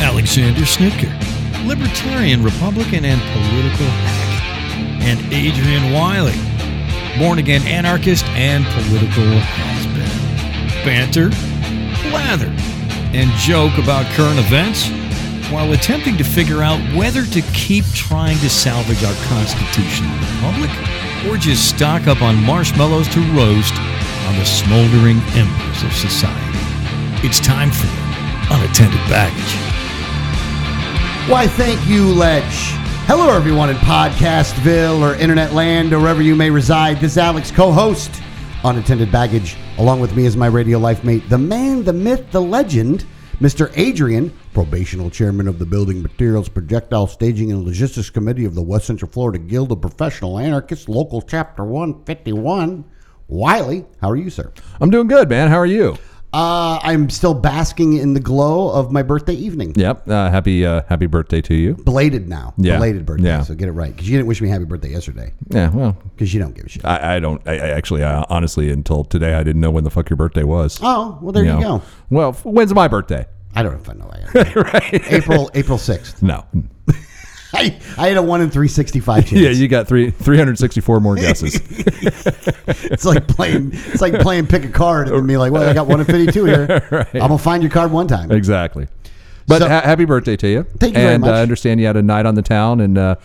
Alexander Snitker, libertarian, Republican, and political hack, and Adrian Wiley, born again anarchist and political has Banter, lather, and joke about current events while attempting to figure out whether to keep trying to salvage our constitutional republic or just stock up on marshmallows to roast on the smoldering embers of society. It's time for unattended baggage. Why, thank you, Ledge. Hello, everyone in Podcastville or Internet Land or wherever you may reside. This is Alex, co host, Unattended Baggage. Along with me is my radio life mate, the man, the myth, the legend, Mr. Adrian, probational chairman of the Building Materials Projectile Staging and Logistics Committee of the West Central Florida Guild of Professional Anarchists, Local Chapter 151. Wiley, how are you, sir? I'm doing good, man. How are you? Uh, I'm still basking in the glow of my birthday evening. Yep. Uh, happy uh, happy birthday to you. Belated now. Yeah. Belated birthday. Yeah. So get it right. Because you didn't wish me happy birthday yesterday. Yeah. Well, Because you don't give a shit. I, I don't. I, I actually, I, honestly, until today, I didn't know when the fuck your birthday was. Oh, well, there you, know. go. Well, f- when's my birthday? I don't know if I know that. right. April April 6th. No. I, I had a 1 in 365 chance. Yeah, you got three three hundred sixty four more guesses. It's like playing it's like playing pick a card and be like, well, I got 1 in 52 here. I'm going to find your card one time. exactly. But So- ha- happy birthday to you. Thank you and uh, very much. I understand you had a night on the town and uh,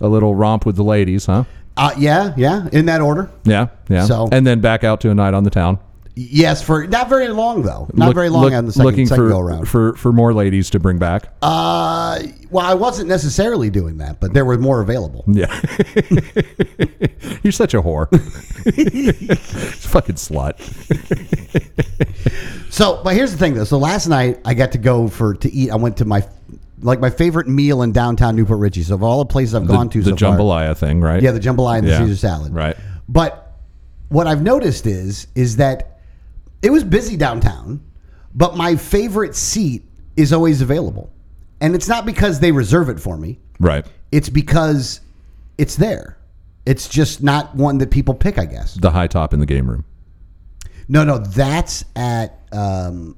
a little romp with the ladies, huh? Uh, yeah, yeah, in that order. Yeah. Yeah. So- and then back out to a night on the town. Y- Yes, for not very long though. Not Look- very long look- on the second, looking second for, go around. for for more ladies to bring back. Uh, well, I wasn't necessarily doing that, but there were more available. Yeah. You're such a whore. Fucking slut. So, but here's the thing, though. So last night I got to go for to eat. I went to my like my favorite meal in downtown Newport Richie. So of all the places I've gone to, the so far- jambalaya thing, right? yeah, the jambalaya and the Yeah, Caesar salad, right. But what I've noticed is is that it was busy downtown, but my favorite seat is always available, and it's not because they reserve it for me. right. It's because it's there. It's just not one that people pick, I guess. The high top in the game room. No, no, that's at um,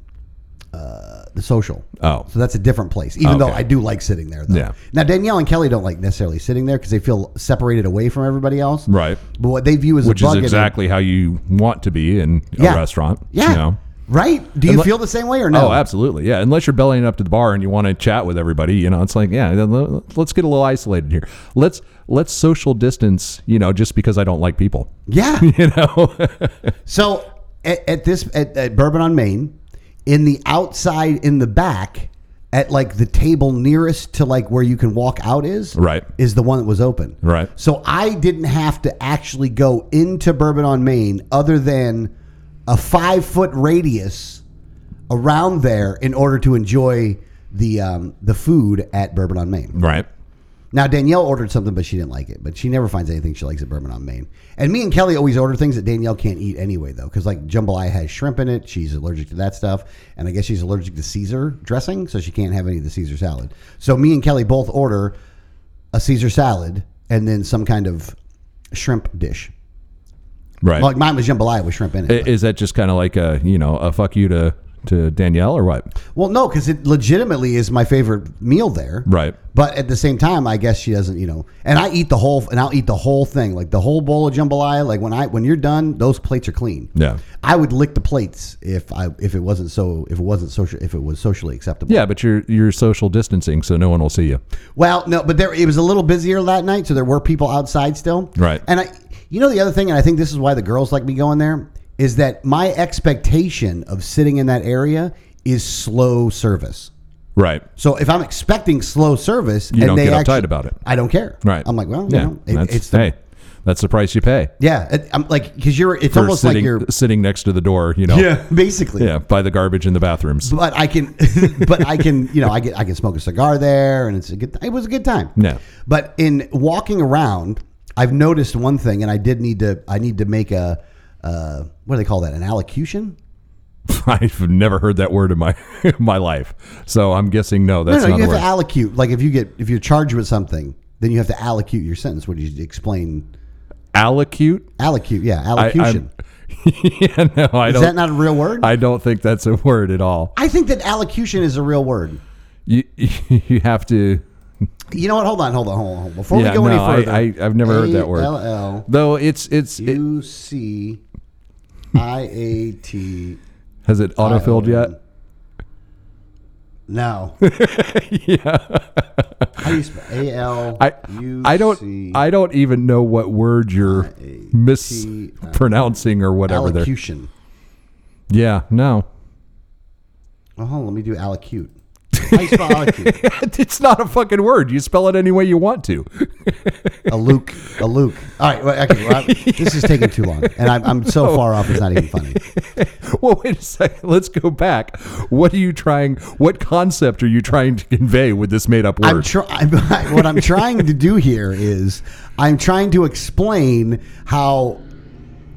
uh, the social. Oh. so that's a different place. Even though Okay. I do like sitting there. Though. Yeah. Now Danielle and Kelly don't like necessarily sitting there because they feel separated away from everybody else. Right. But what they view as Which a is bug in their- exactly how you want to be in Yeah. a restaurant. Yeah. You know? Right? Do you Unle- feel the same way or no? Oh, absolutely. Yeah. Unless you're bellying up to the bar and you want to chat with everybody, you know, it's like, yeah, then le- let's get a little isolated here. Let's let's social distance, you know, just because I don't like people. Yeah. You know? So at, at this at, at Bourbon on Main, in the outside in the back, at like the table nearest to like where you can walk out is Right. is the one that was open. Right. So I didn't have to actually go into Bourbon on Main other than a five foot radius around there in order to enjoy the um, the food at Bourbon on Main. right. Now Danielle ordered something, but she didn't like it. But she never finds anything she likes at Bourbon on Maine. And me and Kelly always order things that Danielle can't eat anyway, though, because like jambalaya has shrimp in it. She's allergic to that stuff, and I guess she's allergic to Caesar dressing, so she can't have any of the Caesar salad. So me and Kelly both order a Caesar salad and then some kind of shrimp dish. Right. Like mine was jambalaya with shrimp in it. I- Is that just kind of like a you know a fuck you to to Danielle or what? well, no, because it legitimately is my favorite meal there. Right. But at the same time, I guess she doesn't, you know. And I eat the whole, and I'll eat the whole thing, like the whole bowl of jambalaya. Like when I, when you're done, those plates are clean. Yeah. I would lick the plates if I, if it wasn't so, if it wasn't social, if it was socially acceptable. Yeah, but you're you're social distancing, so no one will see you. Well, no, but there it was a little busier that night, so there were people outside still. Right. And I, you know, the other thing, and I think this is why the girls like me going there is that my expectation of sitting in that area is slow service. Right. So if I'm expecting slow service, You and don't they get uptight actually- about it. I don't care. Right. I'm like, well, you yeah. know, it- that's, it's the, hey, that's the price you pay yeah. It, I'm like, because you're, it's for almost sitting like you're, sitting next to the door. You know. basically, Yeah. By the garbage in the bathrooms. But I can, but I can, you know, I get, I can smoke a cigar there, and it's a good. It was a good time. Yeah. But in walking around, I've noticed one thing, and I did need to, I need to make a, uh, what do they call that? An allocution? I've never heard that word in my in my life, so I'm guessing no. That's no, no, not you a have word. to allocute. Like if you get, if you're charged with something, then you have to allocute your sentence. What do you explain? Allocute. Allocute, yeah, I, allocution. I'm, yeah. No, I Is don't. that not a real word? I don't think that's a word at all. I think that allocution is a real word. you you have to. You know what? Hold on, hold on, hold on. Hold on. Before Yeah, we go no, any I- further, I- I've never heard that word. A-L-L-U-C-I-A-T. Though it's it's it, has it autofilled yet? No. yeah. How do you spell A L I U I C don't I don't even know what word you're mispronouncing or whatever there. allocution? Yeah, no. Oh, hold on, let me do allocute. How do you spell allocute? it's not a fucking word. You spell it any way you want to. A Luke. A Luke. All right. Well, okay. Well, I- this is taking too long, and I'm, I'm so Oh. far off. It's not even funny. Well, wait a second. Let's go back. What are you trying? What concept are you trying to convey with this made-up I'm word? trying. What I'm trying to do here is, I'm trying to explain how,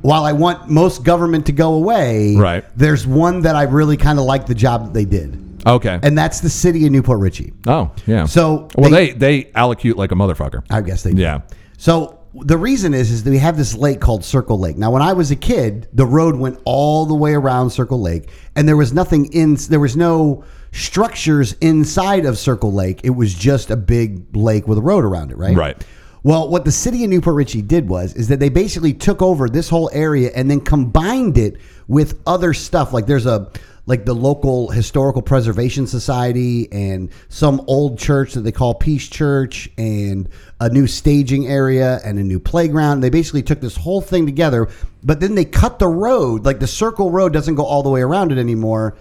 while I want most government to go away, Right. There's one that I really kind of like the job that they did, okay. and that's the city of Newport Richie. oh, yeah. So well, they they allocute like a motherfucker. I guess they, do. Yeah. So the reason is, is that we have this lake called Circle Lake. Now, when I was a kid, the road went all the way around Circle Lake, and there was nothing in. There was no structures inside of Circle Lake. It was just a big lake with a road around it, right? Right. Well, what the city of Newport Richey did was is that they basically took over this whole area and then combined it with other stuff. Like there's a like the local historical preservation society and some old church that they call Peace Church and a new staging area and a new playground. They basically took this whole thing together, but then they cut the road. Like the circle road doesn't go all the way around it anymore.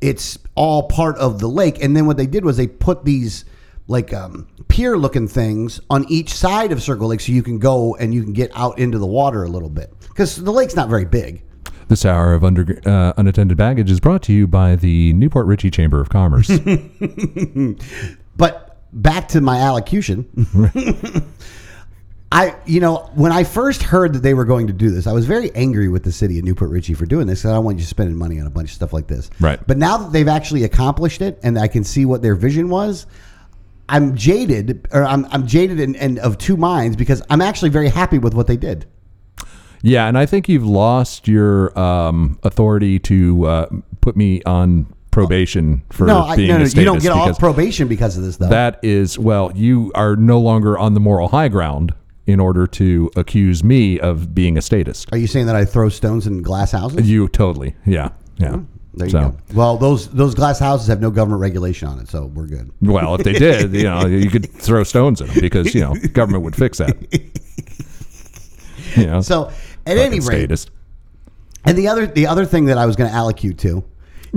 It's all part of the lake. And then what they did was they put these like um, pier looking things on each side of Circle Lake so you can go and you can get out into the water a little bit because the lake's not very big. This hour of under, uh, unattended baggage is brought to you by the Newport Richie Chamber of Commerce. But back to my allocution. I, you know, when I first heard that they were going to do this, I was very angry with the city of Newport Richey for doing this because I don't want you spending money on a bunch of stuff like this. Right. But now that they've actually accomplished it and I can see what their vision was, I'm jaded, or I'm, I'm jaded and, and of two minds because I'm actually very happy with what they did. yeah, and I think you've lost your um, authority to uh, put me on probation for No, I, being no, a no statist you don't get off because probation because of this, though. that is well, you are no longer on the moral high ground in order to accuse me of being a statist. Are you saying that I throw stones in glass houses? You totally, yeah, yeah. There you Uh, so. go. Well, those those glass houses have no government regulation on it, so we're good. Well, if they did, you know, you could throw stones at them because you know government would fix that. You know, So, at any fucking rate, statist. and the other the other thing that I was going to allocute to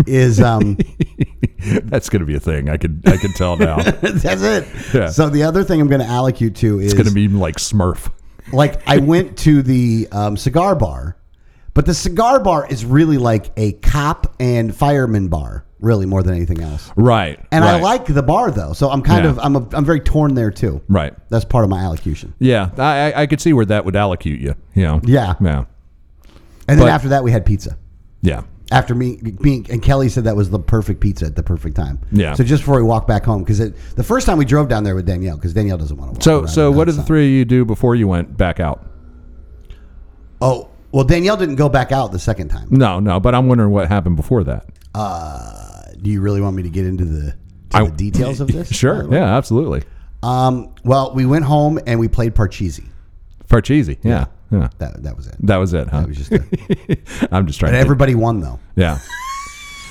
is um, That's going to be a thing. I could I could tell now. It's that's it. Yeah. So the other thing I'm going to allocute to is going to be like Smurf. like I went to the um, cigar bar, but the cigar bar is really like a cop and fireman bar, really more than anything else. Right. And I right, like the bar though, so I'm kind Yeah. of I'm a, I'm very torn there too. Right. That's part of my allocution. Yeah, I I- I could see where that would allocute you. You know. Yeah. Yeah. And then But- after that, we had pizza. Yeah. After me being and Kelly said that was the perfect pizza at the perfect time. Yeah. So just before we walked back home, because the first time we drove down there with Danielle, because Danielle doesn't want to. Walk So around so what did the outside. three of you do before you went back out? Oh well, Danielle didn't go back out the second time. No, no, but I'm wondering what happened before that. Uh, do you really want me to get into the, to I- the details of this? Sure. Yeah, absolutely. Um. Well, we went home and we played Parcheesi. Parcheesi. Yeah. Yeah. That that was it. That was it, huh? That was just. A, I'm just trying and to get everybody won though. Yeah.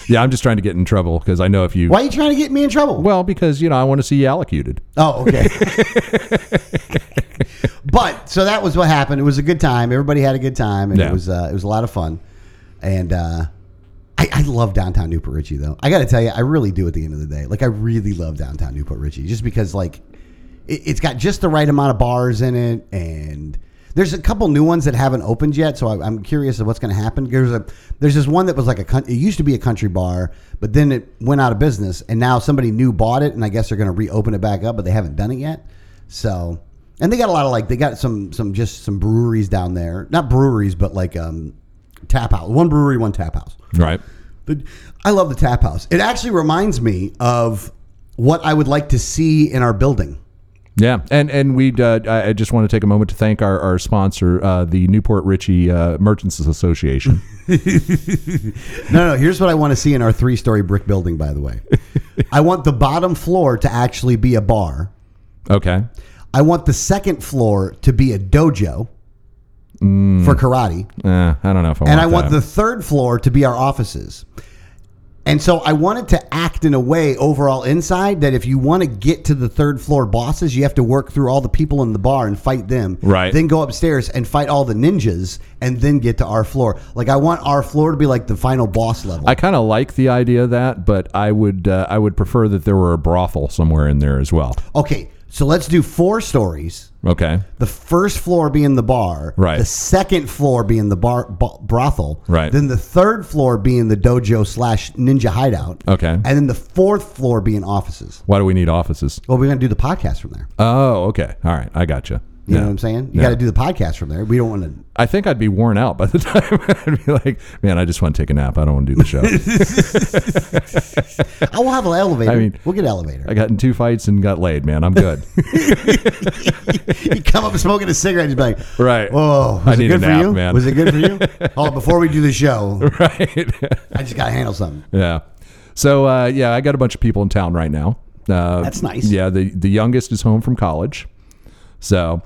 Yeah, I'm just trying to get in trouble because I know if you. Why are you trying to get me in trouble? Well, because, you know, I want to see you allocated. Oh, okay. but so that was what happened. It was a good time. Everybody had a good time, and Yeah. it was uh, it was a lot of fun. And uh, I, I love downtown Newport Richie, though. I got to tell you, I really do. At the end of the day, like I really love downtown Newport Richie, just because like it, it's got just the right amount of bars in it, and there's a couple new ones that haven't opened yet. So I, I'm curious of what's going to happen. There's a there's this one that was like a coun- it used to be a country bar, but then it went out of business, and now somebody new bought it, and I guess they're going to reopen it back up, but they haven't done it yet. So, and they got a lot of like they got some some just some breweries down there, not breweries, but like um tap house. One brewery, one tap house. Right. But I love the tap house. It actually reminds me of what I would like to see in our building. Yeah. And and we uh, I I just want to take a moment to thank our, our sponsor, uh, the Newport Ritchie uh, Merchants Association. No, no. Here's what I want to see in our three-story brick building. By the way, I want the bottom floor to actually be a bar. Okay. I want the second floor to be a dojo for karate. Uh, I don't know if I and want I want that. the third floor to be our offices. And so I wanted to act in a way overall inside that if you want to get to the third floor bosses, you have to work through all the people in the bar and fight them. Right. Then go upstairs and fight all the ninjas and then get to our floor. Like I want our floor to be like the final boss level. I kind of like the idea of that, but I would uh, I would prefer that there were a brothel somewhere in there as well. okay, so let's do four stories. Okay. The first floor being the bar, Right. The second floor being the bar bo- brothel, Right. Then the third floor being the dojo slash ninja hideout, Okay. and then the fourth floor being offices. Why do we need offices? Well, we're gonna do the podcast from there. Oh, okay. All right. I gotcha. You Yeah. know what I'm saying? You Yeah. got to do the podcast from there. We don't want to. I think I'd be worn out by the time I'd be like, man, I just want to take a nap. I don't want to do the show. I will have an elevator. I mean- we'll get an elevator. I got in two fights and got laid, man. I'm good. you come up smoking a cigarette, and be like, Right. "Whoa, was I it need good for a nap, you? man." Was it good for you? oh, before we do the show, right. I just got to handle something. yeah. So, uh, yeah, I got a bunch of people in town right now. Uh, That's nice. Yeah. The, the youngest is home from college. So,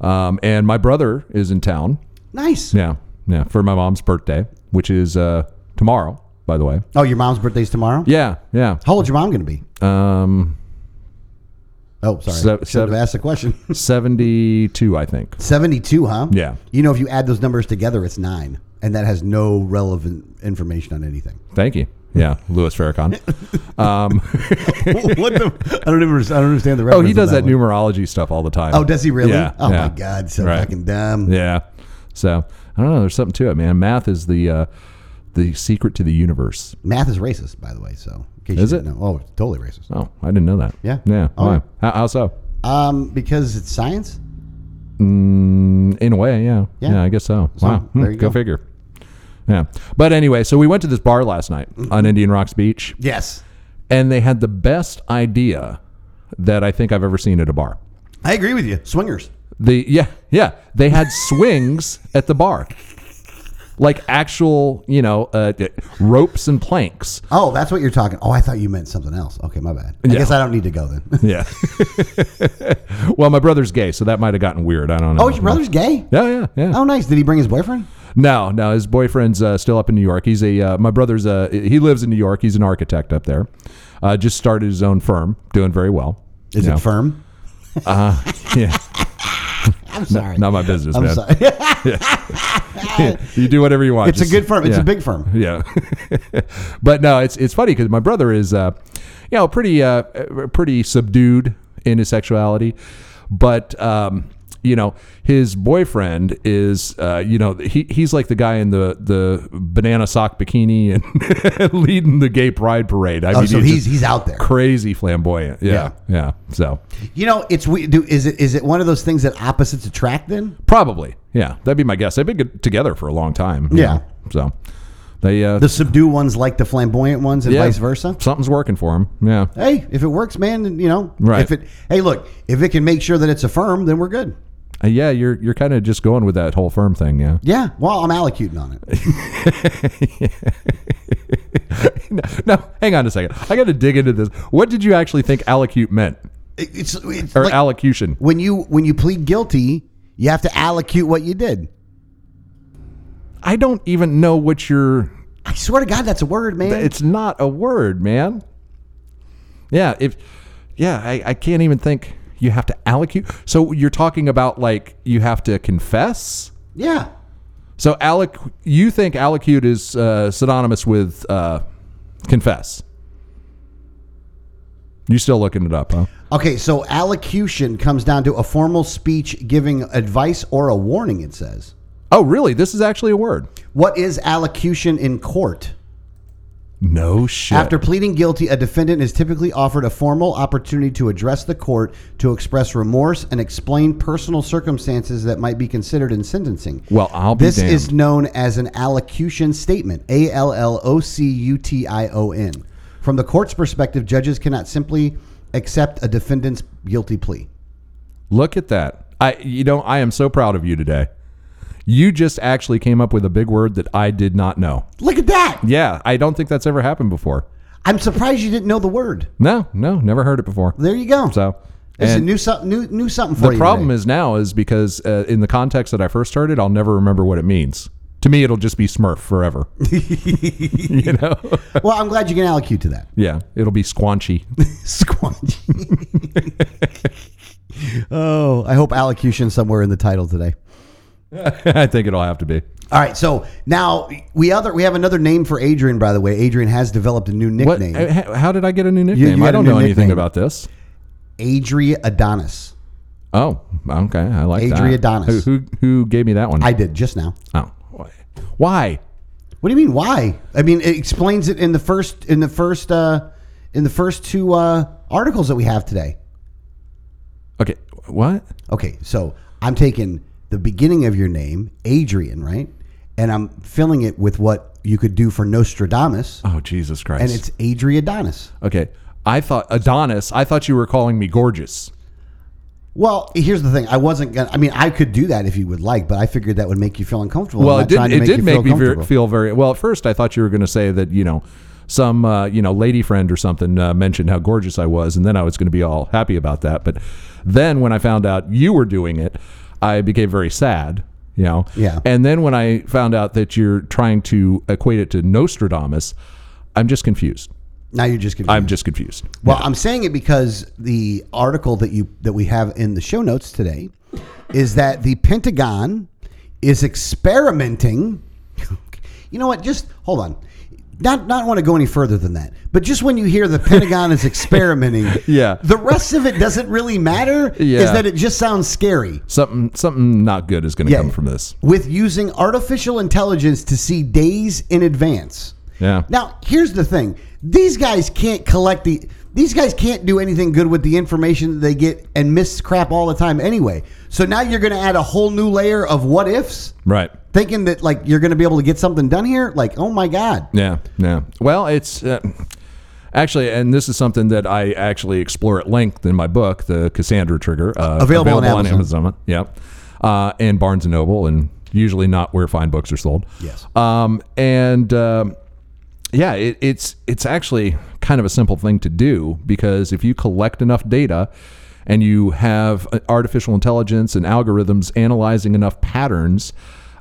um, and my brother is in town. Nice. Yeah. Yeah. For my mom's birthday, which is uh, tomorrow, by the way. Oh, your mom's birthday's tomorrow. Yeah. Yeah. How old's your mom gonna be? Um, Oh, sorry. Se- Should seven- have asked the question. 72, I think. 72, huh? Yeah. You know, if you add those numbers together, it's nine. And that has no relevant information on anything. Thank you. Yeah, Louis Farrakhan. what the? I don't, even, I don't understand the Oh, reference. he on does that, one. numerology stuff all the time. Oh, does he really? Yeah, oh, yeah. my God. So Right. fucking dumb. Yeah. So I don't know. There's something to it, man. Math is the uh, the secret to the universe. Math is racist, by the way. So, in case Is you it? didn't know. Oh, it's totally racist. Oh, I didn't know that. Yeah. Yeah. Oh, Why? yeah. How, how so? Um, because it's science? Mm, in a way, yeah. Yeah. I guess so. So, wow. Hmm, there you go, go. figure. Yeah. But anyway, so we went to this bar last night Mm-hmm. on Indian Rocks Beach, Yes. and they had the best idea that I think I've ever seen at a bar. I agree with you. Swingers. The yeah, yeah. They had swings at the bar. Like actual, you know, uh, ropes and planks. Oh, that's what you're talking. Oh, I thought you meant something else. Okay, my bad. I Yeah. guess I don't need to go then. Yeah. well, my brother's gay, so that might have gotten weird. I don't know. oh, your brother's gay? Yeah, yeah, yeah. Oh, nice. Did he bring his boyfriend? No, no. His boyfriend's uh, still up in New York. He's a uh, my brother's. Uh, he lives in New York. He's an architect up there. Uh, just started his own firm, doing very well. Is You know. it firm? Yeah, I'm sorry. not my business, I'm man. sorry. you do whatever you want. it's a Just- good firm. It's yeah. a big firm. Yeah, but no, it's it's funny because my brother is, uh, you know, pretty uh, pretty subdued in his sexuality, but um, you know, his boyfriend is, uh, you know, he he's like the guy in the the banana sock bikini and leading the gay pride parade. I Oh, mean, so he's he's just he's out there. crazy flamboyant. Yeah, yeah. So You know, it's we do. Is it is it one of those things that opposites attract? Then probably, yeah, that'd be my guess. They've been good- together for a long time. you Yeah. know, so they uh, the subdue ones like the flamboyant ones, and yeah, vice versa. Something's working for him. Yeah. Hey, if it works, man, then, you know. Right. If it hey, look, if it can make sure that it's a firm, then we're good. Uh, yeah, you're you're kind of just going with that whole firm thing, yeah. Yeah. Well, I'm allocuting on it. no, no, hang on a second. I got to dig into this. What did you actually think allocute meant, It- It's, it's or like allocution? when you when you plead guilty, you have to allocute what you did. I don't even know what you're. I swear to God, that's a word, man. It's not a word, man. Yeah, if yeah, I, I can't even think. You have to allocute. So you're talking about like you have to confess. yeah. So alloc, you think allocute is uh, synonymous with uh, confess? You still looking it up, huh? Okay, so allocution comes down to a formal speech giving advice or a warning. It says, Oh, really? This is actually a word. "What is allocution in court?" No shit. After pleading guilty, a defendant is typically offered a formal opportunity to address the court to express remorse and explain personal circumstances that might be considered in sentencing. Well, I'll be this is damned. known as an allocution statement. A L L O C U T I O N. From the court's perspective, judges cannot simply accept a defendant's guilty plea. look at that. I you know I am so proud of you today. You just actually came up with a big word that I did not know. Look at that! Yeah, I don't think that's ever happened before. I'm surprised you didn't know the word. No, no, never heard it before. There you go. So it's a and new, so- new, new something for the you. problem today. is now is because uh, in the context that I first heard it, I'll never remember what it means. To me, it'll just be Smurf forever. you know? well, I'm glad you can allocate to that. yeah, it'll be squanchy. Squanch. oh, I hope allocution somewhere in the title today. I think it'll have to be. All right, so now we other we have another name for Adrian. By the way, Adrian has developed a new What? nickname, uh, h- How did I get a new nickname? you I had a don't new know anything nickname. about this. Adria Adonis. Oh, okay. I like that. Adria Adonis. Who, who who gave me that one? I did just now. oh, why? What do you mean? Why? I mean, it explains it in the first in the first uh, in the first two uh, articles that we have today. Okay, what? Okay, so I'm taking the beginning of your name, Adrian, right, and I'm filling it with what you could do for Nostradamus, Oh, Jesus Christ! and it's Adria Adonis. okay. I thought Adonis. I thought you were calling me gorgeous. Well, here's the thing. I wasn't gonna. I mean, I could do that if you would like, but I figured that would make you feel uncomfortable. Well, I'm it not trying did. to It did you make me ver- comfortable. feel very well. At first, I thought you were going to say that you know some uh, you know lady friend or something uh, mentioned how gorgeous I was, and then I was going to be all happy about that. But then when I found out you were doing it, I became very sad. You know. Yeah. And then when I found out that you're trying to equate it to Nostradamus, I'm just confused. Now you're just confused. I'm just confused. well, I'm saying it because the article that you that we have in the show notes today is that the Pentagon is experimenting. You know what? Just hold on. Not not want to go any further than that. But just when you hear the Pentagon is experimenting, Yeah. the rest of it doesn't really matter. Is Yeah. that it just sounds scary? Something something not good is going to Yeah. come from this. with using artificial intelligence to see days in advance. Yeah. Now, here's the thing. These guys can't collect the these guys can't do anything good with the information that they get and miss crap all the time anyway. So now you're going to add a whole new layer of what ifs Right. thinking that like you're going to be able to get something done here like oh my god. Yeah, yeah. Well, it's uh, actually, and this is something that I actually explore at length in my book, The Cassandra Trigger, uh, Available on Amazon. Yeah, uh, and Barnes and Noble, and usually not where fine books are sold. Yes. Um, and um yeah, it, it's it's actually kind of a simple thing to do because if you collect enough data. And you have uh, artificial intelligence and algorithms analyzing enough patterns,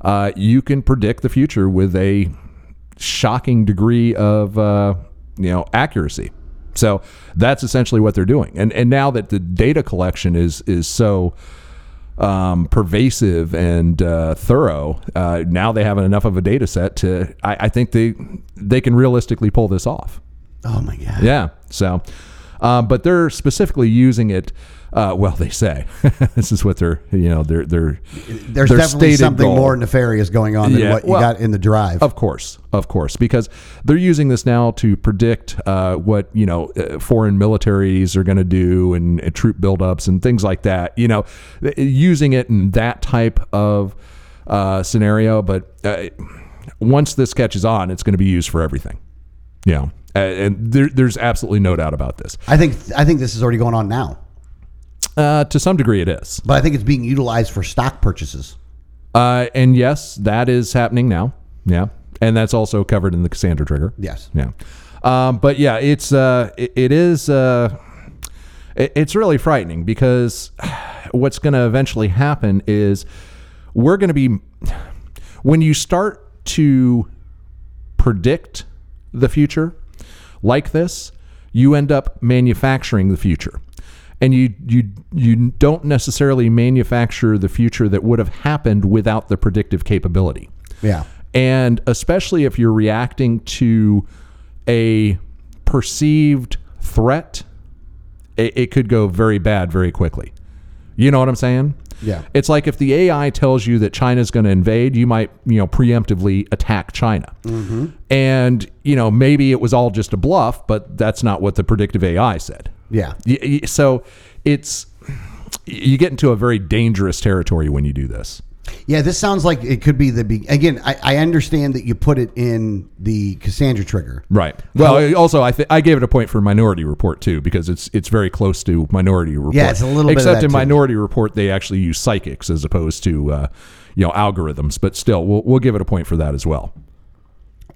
uh, you can predict the future with a shocking degree of uh, you know accuracy. So that's essentially what they're doing. And and now that the data collection is is so um, pervasive and uh, thorough, uh, now they have enough of a data set to I, I think they they can realistically pull this off. Oh my god. Yeah. So, um, but they're specifically using it. Uh, well, they say this is what they're you know they're they're There's definitely something more nefarious going on than Yeah, what you well- got in the drive. Of course, of course, because they're using this now to predict uh, what you know uh, foreign militaries are going to do and uh, troop buildups and things like that. You know, th- using it in that type of uh, scenario. But uh, once this catches on, it's going to be used for everything. You know, A- and there, there's absolutely no doubt about this. I think I think this is already going on now. Uh, to some degree, it is, But I think it's being utilized for stock purchases. uh, and yes, that is happening now. Yeah, and that's also covered in the Cassandra trigger. Yes. Yeah. Um, but yeah, it's uh, it, it is uh, it, it's really frightening because what's going to eventually happen is we're going to be when you start to predict the future like this, you end up manufacturing the future. And you, you you don't necessarily manufacture the future that would have happened without the predictive capability. Yeah. And especially if you're reacting to a perceived threat, it, it could go very bad very quickly. You know what I'm saying? Yeah. It's like if the AI tells you that China's going to invade, you might, you know, preemptively attack China. And, you know, maybe it was all just a bluff, but that's not what the predictive AI said. Yeah. Y- y- So it's, you get into a very dangerous territory when you do this. Yeah, this sounds like it could be the be- again. I, I understand that you put it in the Cassandra trigger. Right. Well, I- also I th- I gave it a point for Minority Report too because it's it's very close to Minority Report. Yeah, it's a little bit of Except that, in too. Minority Report, they actually use psychics as opposed to uh, you know algorithms. But still, we'll we'll give it a point for that as well.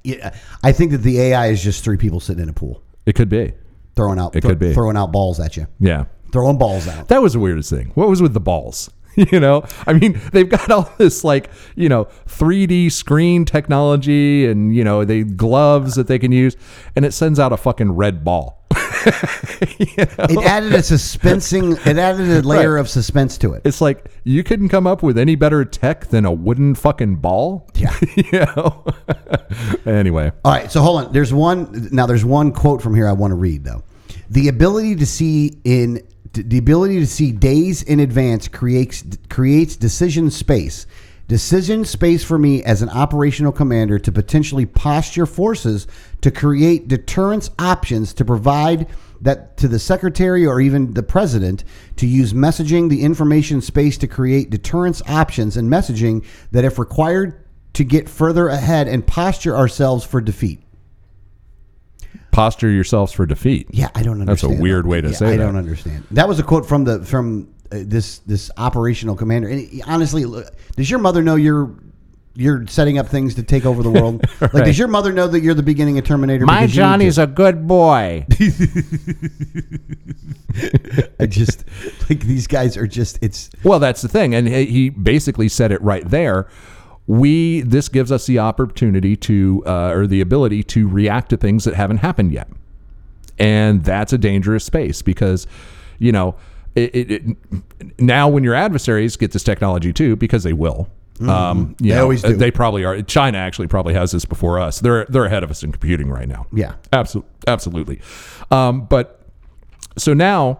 Yeah, I think that the AI is just three people sitting in a pool. It could be. throwing out It thro- could be. throwing out balls at you, Yeah. throwing balls out. That was the weirdest thing. What was with the balls? You know, I mean, they've got all this like, you know, 3D screen technology and, you know, they gloves that they can use and it sends out a fucking red ball. It added a suspensing. It added a layer of suspense to it. It's like you couldn't come up with any better tech than a wooden fucking ball. Yeah. you know. anyway, All right, so hold on. There's one now. There's one quote from here I want to read though. The ability to see in the ability to see days in advance creates creates decision space. Decision space for me as an operational commander to potentially posture forces to create deterrence options to provide that to the secretary or even the president to use messaging the information space to create deterrence options and messaging that if required to get further ahead and posture ourselves for defeat. posture yourselves for defeat. Yeah, I don't That's a understand. weird way to Yeah, say I that. don't understand. That was a quote from the from uh, this this operational commander. And he- honestly, look, does your mother know you're you're setting up things to take over the world? Like, does your mother know that you're the beginning of Terminator? My because you Johnny's a good boy. just- I just like these guys are just it's Well, that's the thing, and he- he basically said it right there. We this gives us the opportunity to uh, or the ability to react to things that haven't happened yet, and that's a dangerous space because, you know, it, it, it now when your adversaries get this technology too because they will. Um, you Mm-hmm. They know, always do. They probably are. China actually probably has this before us. They're they're ahead of us in computing right now. Yeah. absolutely, absolutely. Um, but so now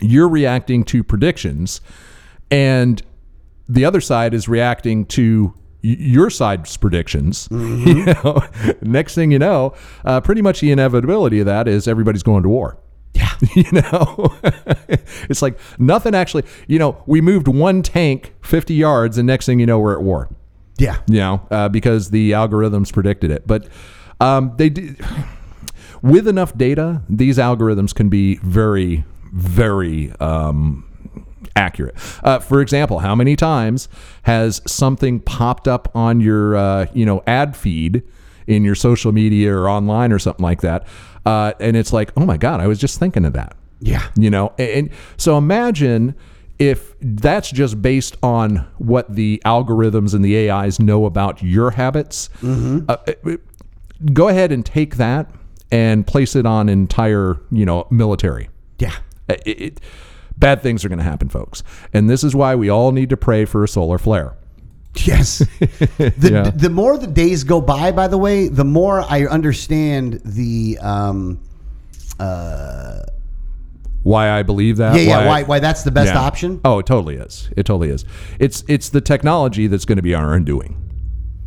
you're reacting to predictions and the other side is reacting to y- your side's predictions. You know, next thing you know, uh, pretty much the inevitability of that is everybody's going to war. Yeah. You know, it's like nothing actually, you know, we moved one tank 50 yards and next thing you know, we're at war yeah. you know, uh, because the algorithms predicted it. But um, they do, with enough data, these algorithms can be very, very um, accurate. Uh, for example, how many times has something popped up on your, uh, you know, ad feed in your social media or online or something like that? Uh, and it's like, oh my God, I was just thinking of that Yeah. you know and, and so imagine if that's just based on what the algorithms and the ais know about your habits Mm-hmm. uh, it- it- go ahead and take that and place it on entire you know military Yeah. Uh, it- it- bad things are going to happen folks and this is why we all need to pray for a solar flare Yes. The, Yeah. the more the days go by, by the way, the more I understand the um, why i believe that yeah, yeah, why I- why that's the best Yeah. option. Oh, it totally is. It totally is. It's it's the technology that's going to be our undoing.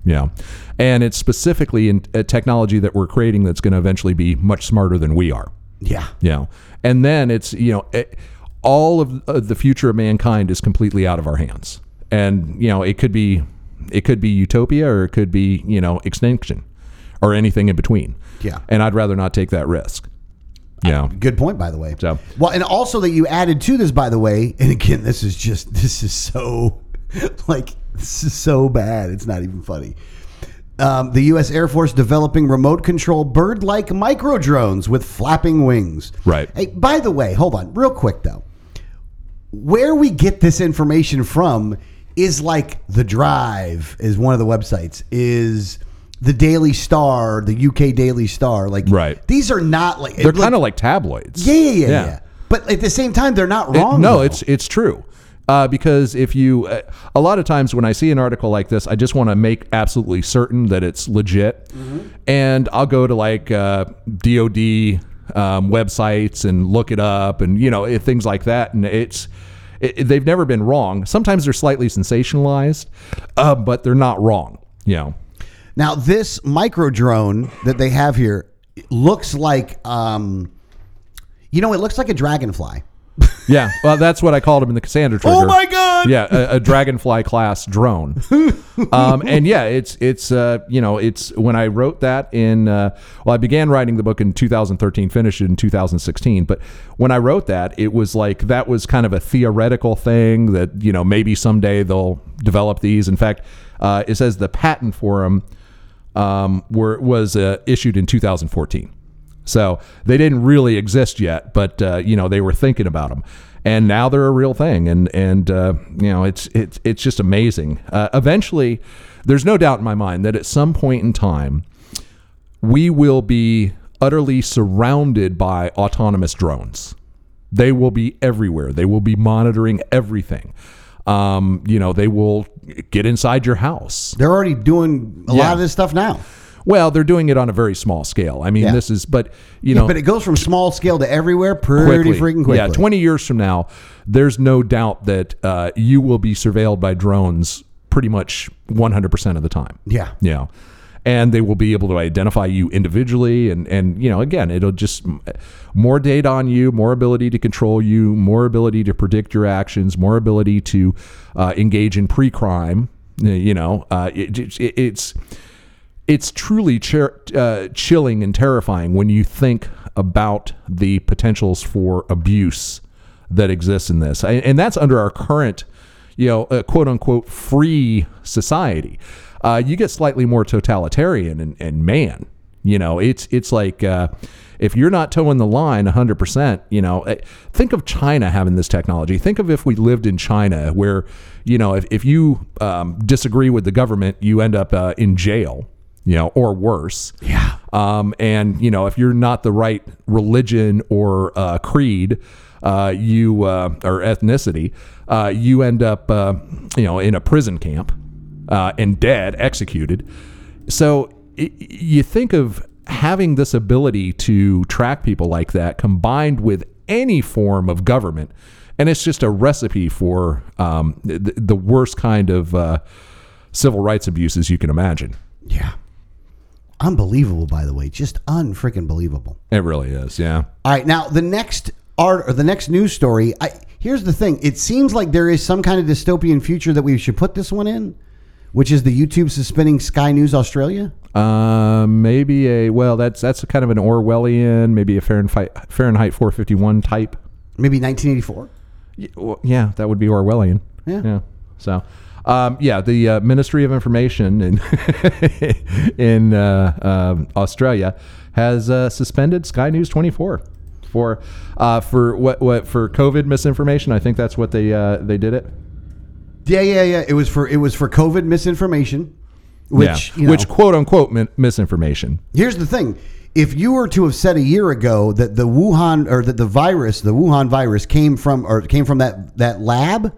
Yeah, and it's specifically in a technology that we're creating that's going to eventually be much smarter than we are. Yeah. Yeah, and then it's you know it, all of uh, the future of mankind is completely out of our hands, and you know it could be it could be utopia or it could be you know extinction or anything in between. Yeah. and I'd rather not take that risk. Yeah, Good point, by the way. So- well, and also that you added to this, by the way. And again, this is just this is so like this is so bad. It's not even funny. Um, the U.S. Air Force developing remote control bird-like micro drones with flapping wings. Right. Hey, by the way, hold on, real quick though. Where we get this information from is like the Drive is one of the websites is. The Daily Star, the UK Daily Star, like Right. These are not like they're kind of like tabloids. yeah, yeah, yeah, yeah, But at the same time, they're not It- wrong. no, though. it's it's true. Uh, because if you, uh, a lot of times when I see an article like this, I just want to make absolutely certain that it's legit, Mm-hmm. and I'll go to like uh, DoD um, websites and look it up, and you know it, things like that, and it's. It, it- they've never been wrong. Sometimes they're slightly sensationalized, uh, but they're not wrong. You know, now this micro drone that they have here looks like, um, you know, it looks like a dragonfly. yeah. Well, that's what I called him in the Cassandra trigger. god! yeah, a, a dragonfly class drone. Um, and yeah, it's it's uh, you know it's when I wrote that in uh, well, I began writing the book in 2013, finished it in 2016. But when I wrote that, it was like that was kind of a theoretical thing that you know maybe someday they'll develop these. In fact, uh, it says the patent for them um, were was uh, issued in 2014. So they didn't really exist yet, but uh, you know they were thinking about them, and now they're a real thing. And and uh, you know it's it's it's just amazing. Uh, eventually, there's no doubt in my mind that at some point in time, we will be utterly surrounded by autonomous drones. They will be everywhere. They will be monitoring everything. Um, you know, they will get inside your house. They're already doing a Yeah. lot of this stuff now. Well, they're doing it on a very small scale. I mean, Yeah. this is, but you know, but it goes from small scale to everywhere pretty freaking quickly. Yeah, 20 years from now, there's no doubt that uh, you will be surveilled by drones pretty much 100% of the time. Yeah. Yeah. And they will be able to identify you individually. And, and, you know, again, it'll just more data on you, more ability to control you, more ability to predict your actions, more ability to uh, engage in pre crime. You know, uh, it, it, it's it's truly chair, uh, chilling and terrifying when you think about the potentials for abuse that exists in this, and, and that's under our current, you know, uh, quote unquote free society. Uh, you get slightly more totalitarian, and, and man, you know, it's it's like uh, if you're not towing the line 100, percent you know, eh, think of China having this technology. Think of if we lived in China, where you know, if if you um, disagree with the government, you end up uh, in jail you know, or worse. Yeah. Um, and you know, if you're not the right religion or uh, creed, uh, you uh, or ethnicity, uh, you end up, uh, you know, in a prison camp uh, and dead, executed. So i i- you think of having this ability to track people like that, combined with any form of government, and it's just a recipe for um, the, the worst kind of uh, civil rights abuses you can imagine. Yeah. Unbelievable, by the way. Just unfreaking believable. It really is, yeah. All right, now the next art or the next news story. I here's the thing. It seems like there is some kind of dystopian future that we should put this one in, which is the YouTube suspending Sky News Australia. Uh, maybe a well, that's that's kind of an Orwellian, maybe a Fahrenheit Fahrenheit 451 type. Maybe 1984. Y- well, Yeah, that would be Orwellian. Yeah. So, um, yeah, the uh, Ministry of Information in in uh, um Australia has uh, suspended Sky News 24 for uh, for what what for COVID misinformation. I think that's what they uh, they did it. Yeah, yeah, yeah. It was for it was for COVID misinformation, which yeah. you know, which quote unquote min- misinformation. Here's the thing. If you were to have said a year ago that the Wuhan or that the virus, the Wuhan virus came from or came from that that lab,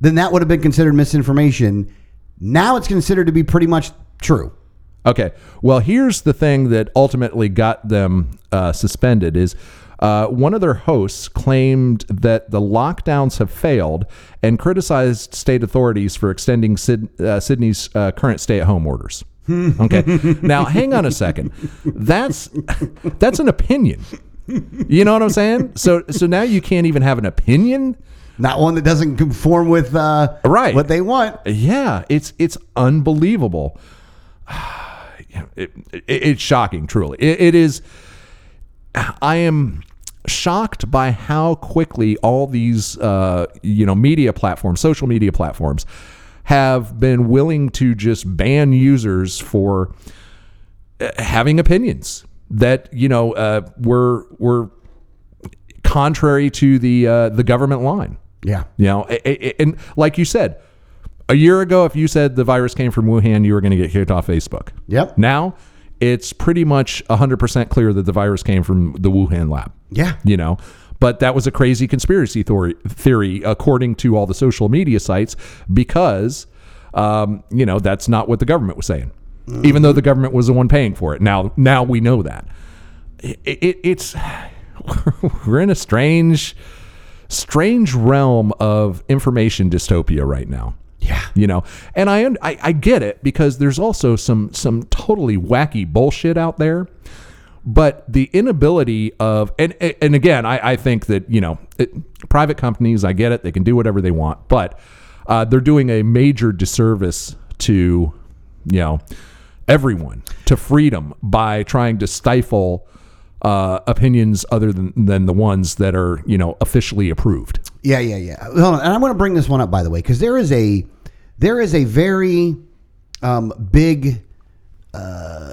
then that would have been considered misinformation. Now it's considered to be pretty much true. Okay. Well, here's the thing that ultimately got them uh, suspended is uh, one of their hosts claimed that the lockdowns have failed and criticized state authorities for extending Syd- uh, Sydney's uh, current stay-at-home orders. Okay. now, hang on a second. That's that's an opinion. You know what I'm saying? So so now you can't even have an opinion. Not one that doesn't conform with uh, Right. what they want. Yeah, it's it's unbelievable. It, it, it's shocking, truly. It, it is. I am shocked by how quickly all these uh, you know media platforms, social media platforms, have been willing to just ban users for uh, having opinions that you know uh, were were contrary to the uh, the government line. Yeah. You know, a- a- a- and like you said, a year ago, if you said the virus came from Wuhan, you were going to get kicked off Facebook. Yep. Now, it's pretty much 100% clear that the virus came from the Wuhan lab. Yeah. You know, but that was a crazy conspiracy theory, theory according to all the social media sites, because, um, you know, that's not what the government was saying, even though the government was the one paying for it. Now, now we know that. It, it, it's, we're in a strange, strange realm of information dystopia right now. Yeah. You know, and I, un- I I get it because there's also some some totally wacky bullshit out there. But the inability of and and again, I, I think that you know it, private companies, I get it, they can do whatever they want, but uh, they're doing a major disservice to you know everyone to freedom by trying to stifle uh, opinions other than than the ones that are you know officially approved. Yeah, yeah, yeah. Hold on, and I'm going to bring this one up by the way, because there is a there is a very um, big uh,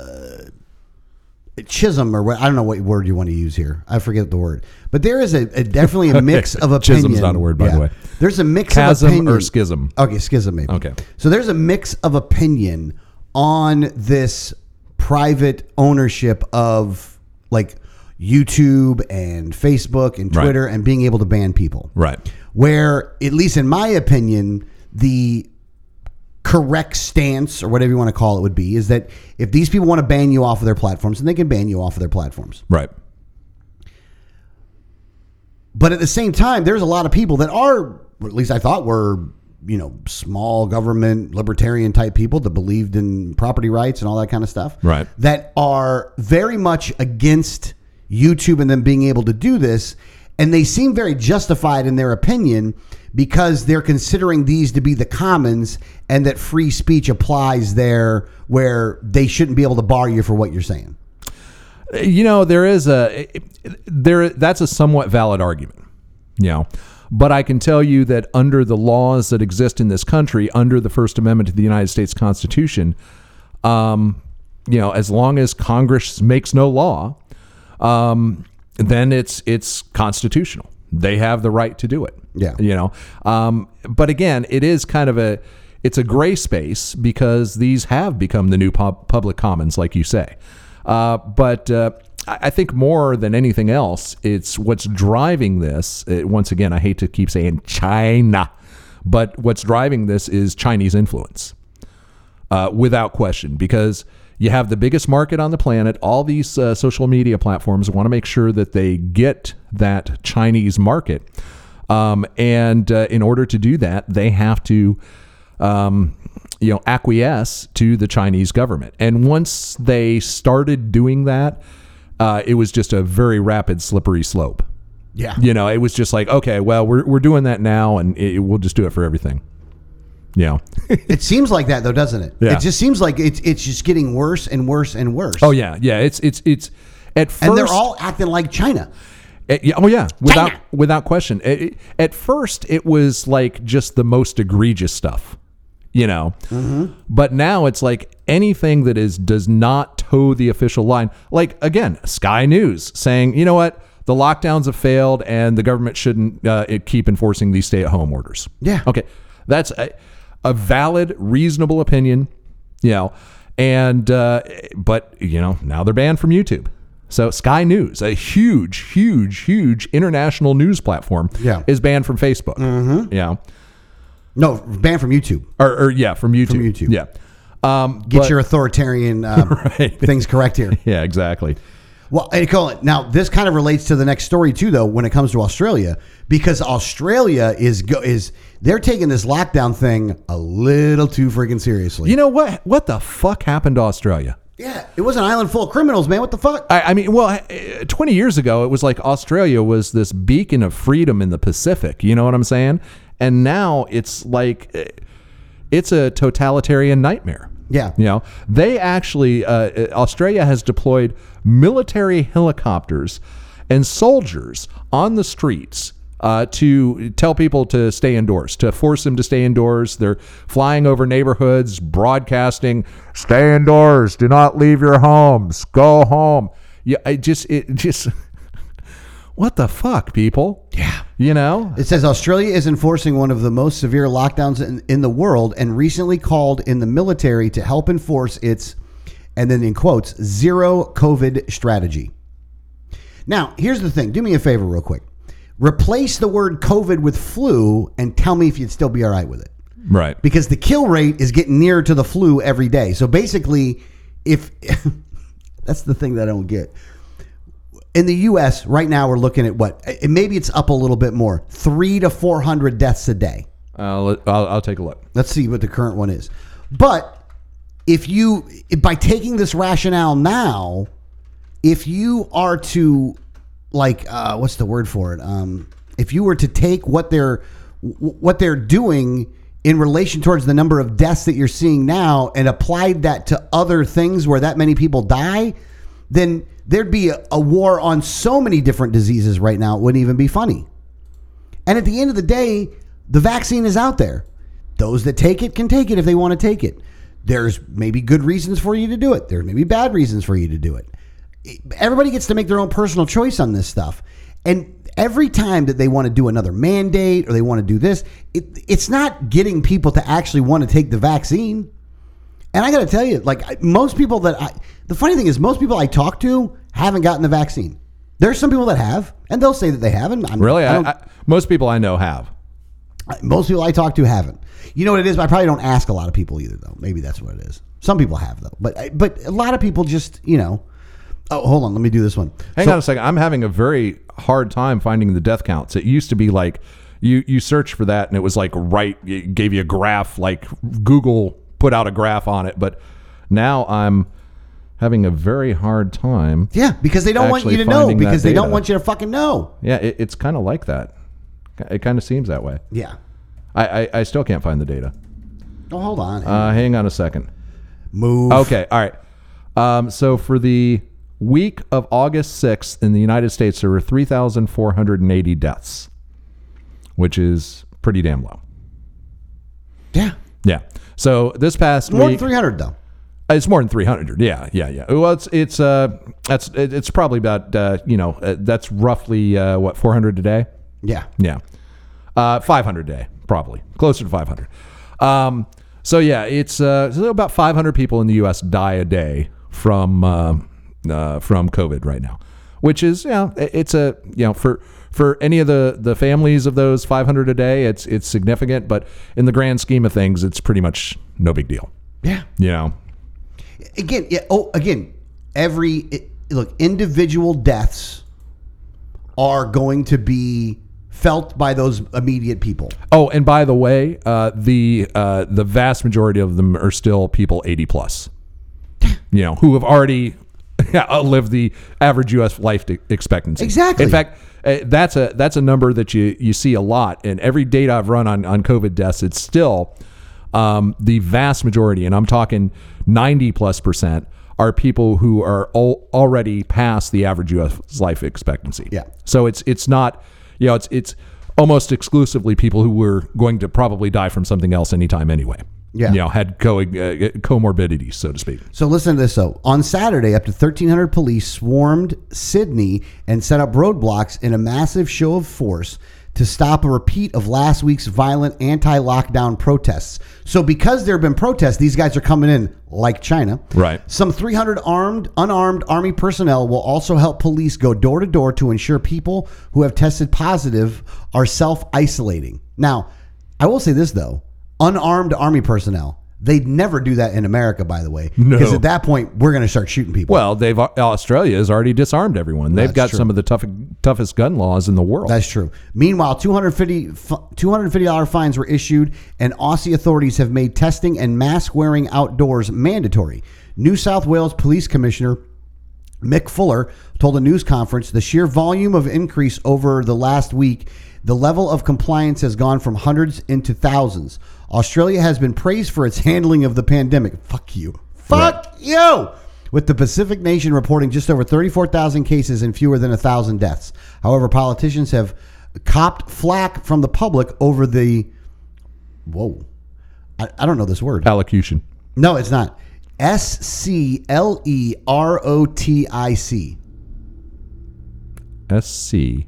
Chisholm or what, I don't know what word you want to use here. I forget the word, but there is a, a definitely a mix of opinion. Chism's not a word, by the way. There's a mix Chasm of opinion or schism? Okay, schism maybe. Okay. So there's a mix of opinion on this private ownership of like YouTube and Facebook and Right. Twitter and being able to ban people. Right. Where, at least in my opinion, the correct stance or whatever you want to call it would be is that if these people want to ban you off of their platforms, then they can ban you off of their platforms. Right. But at the same time, there's a lot of people that are, or at least I thought were, you know, small government libertarian type people that believed in property rights and all that kind of stuff. Right. That are very much against YouTube and them being able to do this. And they seem very justified in their opinion because they're considering these to be the commons and that free speech applies there where they shouldn't be able to bar you for what you're saying. you know there is a there that's a somewhat valid argument you know but i can tell you that under the laws that exist in this country under the first amendment to the united states constitution um, you know as long as congress makes no law um, then it's it's constitutional they have the right to do it Yeah. you know um, but again it is kind of a it's a gray space because these have become the new pub- public commons like you say uh, but uh, I I think more than anything else, it's what's driving this. uh once again, I hate to keep saying China, but what's driving this is Chinese influence uh, without question, because you have the biggest market on the planet. All these uh, social media platforms want to make sure that they get that Chinese market. Um, and uh, in order to do that, they have to, um, you know, acquiesce to the Chinese government. And once they started doing that, uh, it was just a very rapid slippery slope. Yeah. You know, it was just like, okay, well, we're, we're doing that now, and it, we'll just do it for everything. Yeah. It seems like that though, doesn't it? Yeah. It just seems like it's it's just getting worse and worse and worse. Oh yeah, yeah. It's it's it's at first. and they're all acting like China. eh, yeah, oh yeah, without China. without question. It- it- at first, it was like just the most egregious stuff, you know. Mm-hmm. But now it's like anything that is does not toe the official line. Like again, Sky News saying, you know what, the lockdowns have failed, and the government shouldn't uh, it keep enforcing these stay at home orders. Yeah. Okay, that's a, a valid, reasonable opinion, you know. And uh, but you know now they're banned from YouTube. So Sky News, a huge, huge, huge international news platform, Yeah. is banned from Facebook. Mm-hmm. Yeah, No, banned from YouTube. or, or yeah, from YouTube. From YouTube. Yeah. Um, Get but- your authoritarian um, things correct here. yeah, exactly. Well, and Colin, now this kind of relates to the next story too, though, when it comes to Australia, because Australia is go- is they're taking this lockdown thing a little too freaking seriously. You know what? What the fuck happened to Australia? yeah, it was an island full of criminals, man. What the fuck? I, I mean, well, eh, 20 years ago, it was like Australia was this beacon of freedom in the Pacific. You know what I'm saying? And now it's like eh, it's a totalitarian nightmare. Yeah. You know, they actually, uh, eh, Australia has deployed military helicopters and soldiers on the streets. Uh, to tell people to stay indoors, to force them to stay indoors. They're flying over neighborhoods, broadcasting, stay indoors, do not leave your homes, go home. Yeah, I just, it just, what the fuck, people? Yeah. You know? It says Australia is enforcing one of the most severe lockdowns in, in the world and recently called in the military to help enforce its, and then in quotes, zero COVID strategy. Now, here's the thing do me a favor, real quick. Replace the word COVID with flu and tell me if you'd still be all right with it. Right. Because the kill rate is getting nearer to the flu every day. So basically, if that's the thing that I don't get in the U.S. right now, we're looking at what and maybe it's up a little bit more, three to four hundred deaths a day. Uh, let- I'll, I'll take a look. Let's see what the current one is. But if you by taking this rationale now, if you are to like uh, what's the word for it? Um, if you were to take what they're w- what they're doing in relation towards the number of deaths that you're seeing now and applied that to other things where that many people die, then there'd be a, a war on so many different diseases right now. It wouldn't even be funny. And at the end of the day, the vaccine is out there. Those that take it can take it if they want to take it. There's maybe good reasons for you to do it. There may be bad reasons for you to do it. everybody gets to make their own personal choice on this stuff. And every time that they want to do another mandate or they want to do this, it, it's not getting people to actually want to take the vaccine. And I got to tell you, like I- most people that I, the funny thing is, most people I talk to haven't gotten the vaccine. There's some people that have, and they'll say that they haven't. I'm, Really, I I don't- I, most people I know have. most people I talk to haven't. You know what it is? I probably don't ask a lot of people either, though. Maybe that's what it is. Some people have though, but but a lot of people just you know. Oh, hold on. Let me do this one. Hang So- on a second. I'm having a very hard time finding the death counts. It used to be like you you search for that and it was like right it gave you a graph like Google put out a graph on it, but now I'm having a very hard time. Yeah, because they don't want you Actually to know. finding that Because they don't data. want you to fucking know. Yeah, it, it's kind of like that. It kind of seems that way. Yeah. I, I I still can't find the data. Oh, hold on. Uh, hang on a second. Move. Okay, all right. Um, so for the week of August 6th in the United States, there were 3,480 deaths, which is pretty damn low. Yeah. Yeah. So this past More than week, 300 though. it's more than 300. Yeah, yeah, yeah. Well, it's it's uh that's it- it's probably about uh, you know uh, that's roughly uh, what 400 a day. Yeah. Yeah. Uh, 500 a day, probably closer to 500. Um, so yeah, it's uh, so about 500 people in the U.S. die a day from uh, uh, from COVID right now, which is you know, it- it's a you know for for any of the the families of those 500 a day, it's it's significant, but in the grand scheme of things, it's pretty much no big deal. Yeah. You know, Again. Yeah. Oh, again. Every it, look, individual deaths are going to be felt by those immediate people. Oh, and by the way, uh, the uh, the vast majority of them are still people eighty plus. You know, who have already outlived the average U.S. life de- expectancy. Exactly. In fact, uh, that's a that's a number that you you see a lot. And every data I've run on on COVID deaths, it's still um, the vast majority, and I'm talking ninety plus percent. Are people who are al- already past the average U.S. life expectancy? Yeah. So it's it's not you know it's it's almost exclusively people who were going to probably die from something else anytime anyway. Yeah. You know, had co- uh, comorbidities, so to speak. So listen to this though. On Saturday, up to 1,300 police swarmed Sydney and set up roadblocks in a massive show of force to stop a repeat of last week's violent anti-lockdown protests. So because there have been protests, these guys are coming in like China. Right. Some 300 armed, unarmed army personnel will also help police go door to door to ensure people who have tested positive are self-isolating. Now, I will say this though, unarmed army personnel They'd never do that in America, by the way. No. Because at that point, we're going to start shooting people. Well, they've uh, Australia has already disarmed everyone. They've That's got true. some of the tough, toughest gun laws in the world. That's true. Meanwhile, 250 $250 fines were issued, and Aussie authorities have made testing and mask wearing outdoors mandatory. New South Wales Police Commissioner Mick Fuller told a news conference the sheer volume of increase over the last week, the level of compliance has gone from hundreds into thousands. Australia has been praised for its handling of the pandemic. Fuck you. Fuck you! With the Pacific nation reporting just over 34,000 cases and fewer than 1,000 deaths. However, politicians have copped flack from the public over the. Whoa. I, I don't know this word. Oh. Allocution. No, it's not. S C L E R O T I C. S C.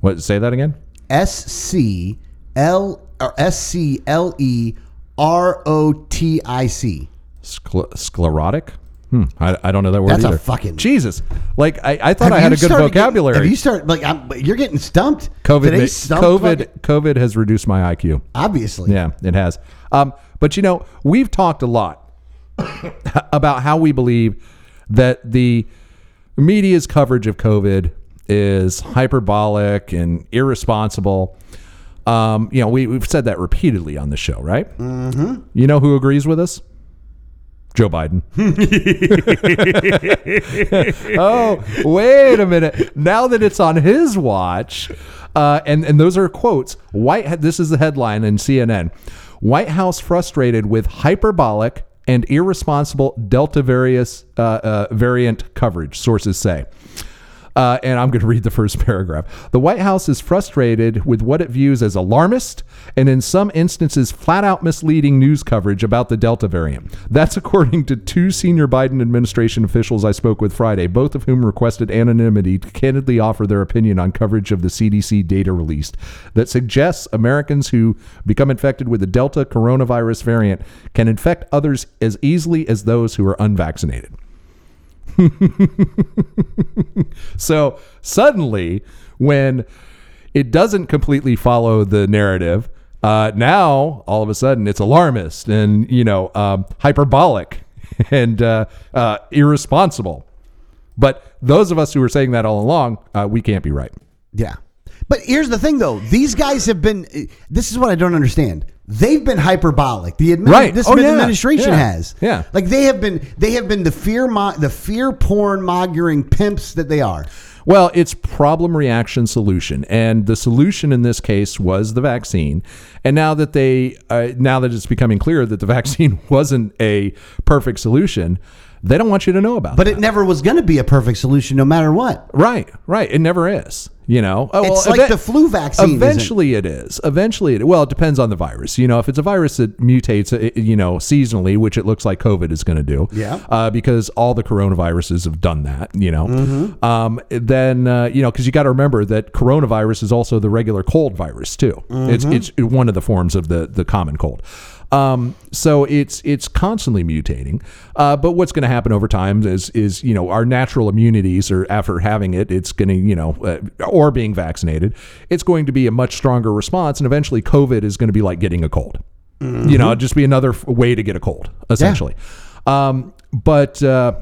What? Say that again. S C L or S C L E R O T I C. Scler- sclerotic. Hmm. I, I don't know that word That's a either. fucking- Jesus. Like I, I thought Have I had you a good started vocabulary. Getting, have you started like I'm, but you're getting stumped? COVID. Did they ma- stump COVID. fucking- COVID has reduced my IQ. obviously. Yeah, it has. Um, but you know, we've talked a lot about how we believe that the media's coverage of COVID is hyperbolic and irresponsible. Um, you know, we, we've said that repeatedly on the show, right? Mm-hmm. You know who agrees with us? Joe Biden. oh, wait a minute. Now that it's on his watch, uh, and, and those are quotes. White. This is the headline in CNN White House frustrated with hyperbolic and irresponsible Delta various, uh, uh, variant coverage, sources say. Uh, and I'm going to read the first paragraph. The White House is frustrated with what it views as alarmist and, in some instances, flat out misleading news coverage about the Delta variant. That's according to two senior Biden administration officials I spoke with Friday, both of whom requested anonymity to candidly offer their opinion on coverage of the CDC data released that suggests Americans who become infected with the Delta coronavirus variant can infect others as easily as those who are unvaccinated. So suddenly, when it doesn't completely follow the narrative, uh, now all of a sudden it's alarmist and you know um, hyperbolic and uh, uh, irresponsible. But those of us who were saying that all along, uh, we can't be right. Yeah. But here's the thing, though. These guys have been. This is what I don't understand. They've been hyperbolic. The admin, Right. this Oh, yeah. administration Yeah. has. Yeah. Like they have been. They have been the fear mo- the fear porn mongering pimps that they are. Well, it's problem reaction solution, and the solution in this case was the vaccine. And now that they, uh, now that it's becoming clear that the vaccine wasn't a perfect solution, they don't want you to know about. But it never was going to be a perfect solution, no matter what. Right, right. It never is. You know, Oh, It's like the flu vaccine, isn't it? Eventually, it is. Eventually, it well, it depends on the virus. You know, if it's a virus that mutates, uh, you know, seasonally, which it looks like COVID is going to do. Yeah. Uh, because all the coronaviruses have done that. You know, um, then uh, you know because you got to remember that coronavirus is also the regular cold virus too. It's it's one of the forms of the the common cold. Um, so it's it's constantly mutating. Uh, but what's going to happen over time is is you know our natural immunities are after having it, it's going to you know uh, or being vaccinated, it's going to be a much stronger response, and eventually COVID is going to be like getting a cold. You know, it'd just be another f- way to get a cold essentially. Um, but uh,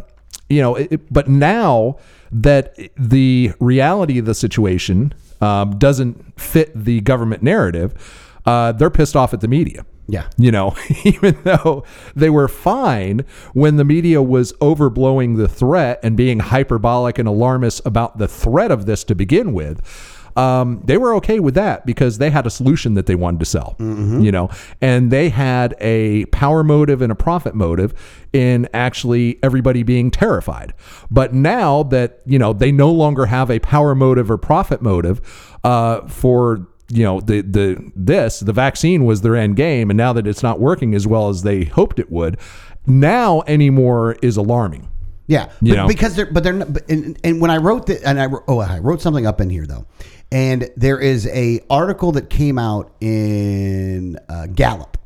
you know, it, it- but now that the reality of the situation um, doesn't fit the government narrative, uh, they're pissed off at the media. Yeah. You know, even though they were fine when the media was overblowing the threat and being hyperbolic and alarmist about the threat of this to begin with, um, they were okay with that because they had a solution that they wanted to sell, you know, and they had a power motive and a profit motive in actually everybody being terrified. But now that, you know, they no longer have a power motive or profit motive uh, for you know the the this the vaccine was their end game and now that it's not working as well as they hoped it would now anymore is alarming Yeah, You but, know? because they're but they're not, but- and, and when I wrote that and I wr- oh I wrote something up in here though, and there is a article that came out in uh, Gallup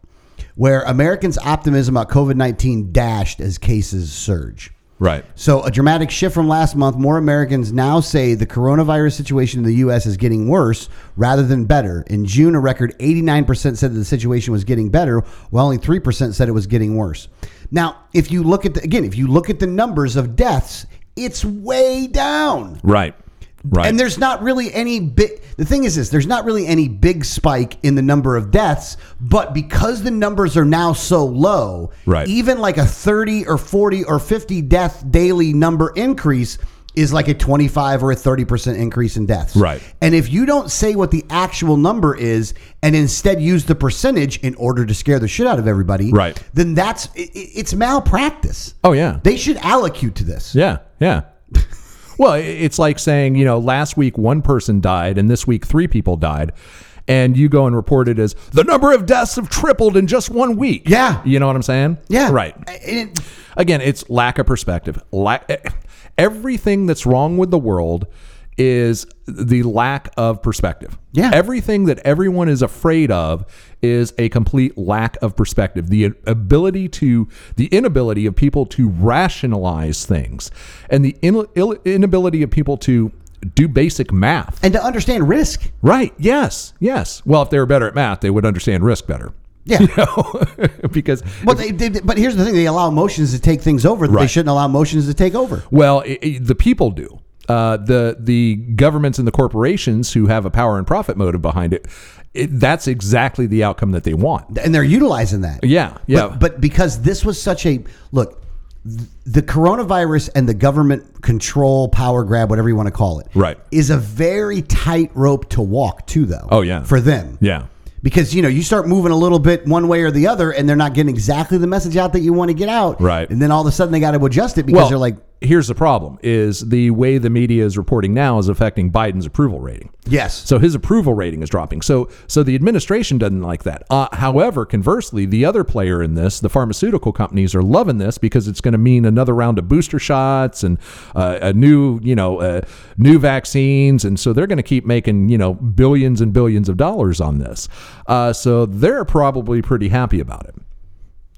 where Americans' optimism about COVID nineteen dashed as cases surge. right So a dramatic shift from last month. More Americans now say the coronavirus situation in the U.S. is getting worse rather than better. In June, a record 89% said that the situation was getting better, while only 3% said it was getting worse. Now, if you look at the, again, if you look at the numbers of deaths, it's way down. right right And there's not really any big. The thing is this: there's not really any big spike in the number of deaths, but because the numbers are now so low, Right. even like a 30 or 40 or 50 death daily number increase is like a 25 or a 30 percent increase in deaths. Right. And if you don't say what the actual number is, and instead use the percentage in order to scare the shit out of everybody, Right. Then that's it, it- it's malpractice. oh yeah They should allocute to this. yeah yeah well i- it's like saying you know last week one person died and this week three people died and you go and report it as the number of deaths have tripled in just one week Yeah. you know what i'm saying Yeah. right And it- again it's lack of perspective lack everything that's wrong with the world is the lack of perspective Yeah. everything that everyone is afraid of is a complete lack of perspective the ability to the inability of people to rationalize things and the in, ill, inability of people to do basic math and to understand risk. right yes yes well if they were better at math they would understand risk better Yeah. you know because Well, they, they, but here's the thing: they allow emotions to take things over that they Right. shouldn't allow emotions to take over. Well, i i the people do. Uh, the the governments and the corporations who have a power and profit motive behind it, it that's exactly the outcome that they want. and they're utilizing that. Yeah, yeah. But, but because this was such a look, th- the coronavirus and the government control, power grab, whatever you want to call it, Right. is a very tight rope to walk too, though. Oh, yeah. for them, Yeah, Because you know you start moving a little bit one way or the other, and they're not getting exactly the message out that you want to get out. Right. and then all of a sudden they got to adjust it because Well, they're like, here's the problem: is the way the media is reporting now is affecting Biden's approval rating. Yes. So his approval rating is dropping. So so the administration doesn't like that. Uh, however, conversely, the other player in this, the pharmaceutical companies, are loving this because it's going to mean another round of booster shots and uh, a new you know uh, new vaccines, and so they're going to keep making you know billions and billions of dollars on this. Uh, so they're probably pretty happy about it.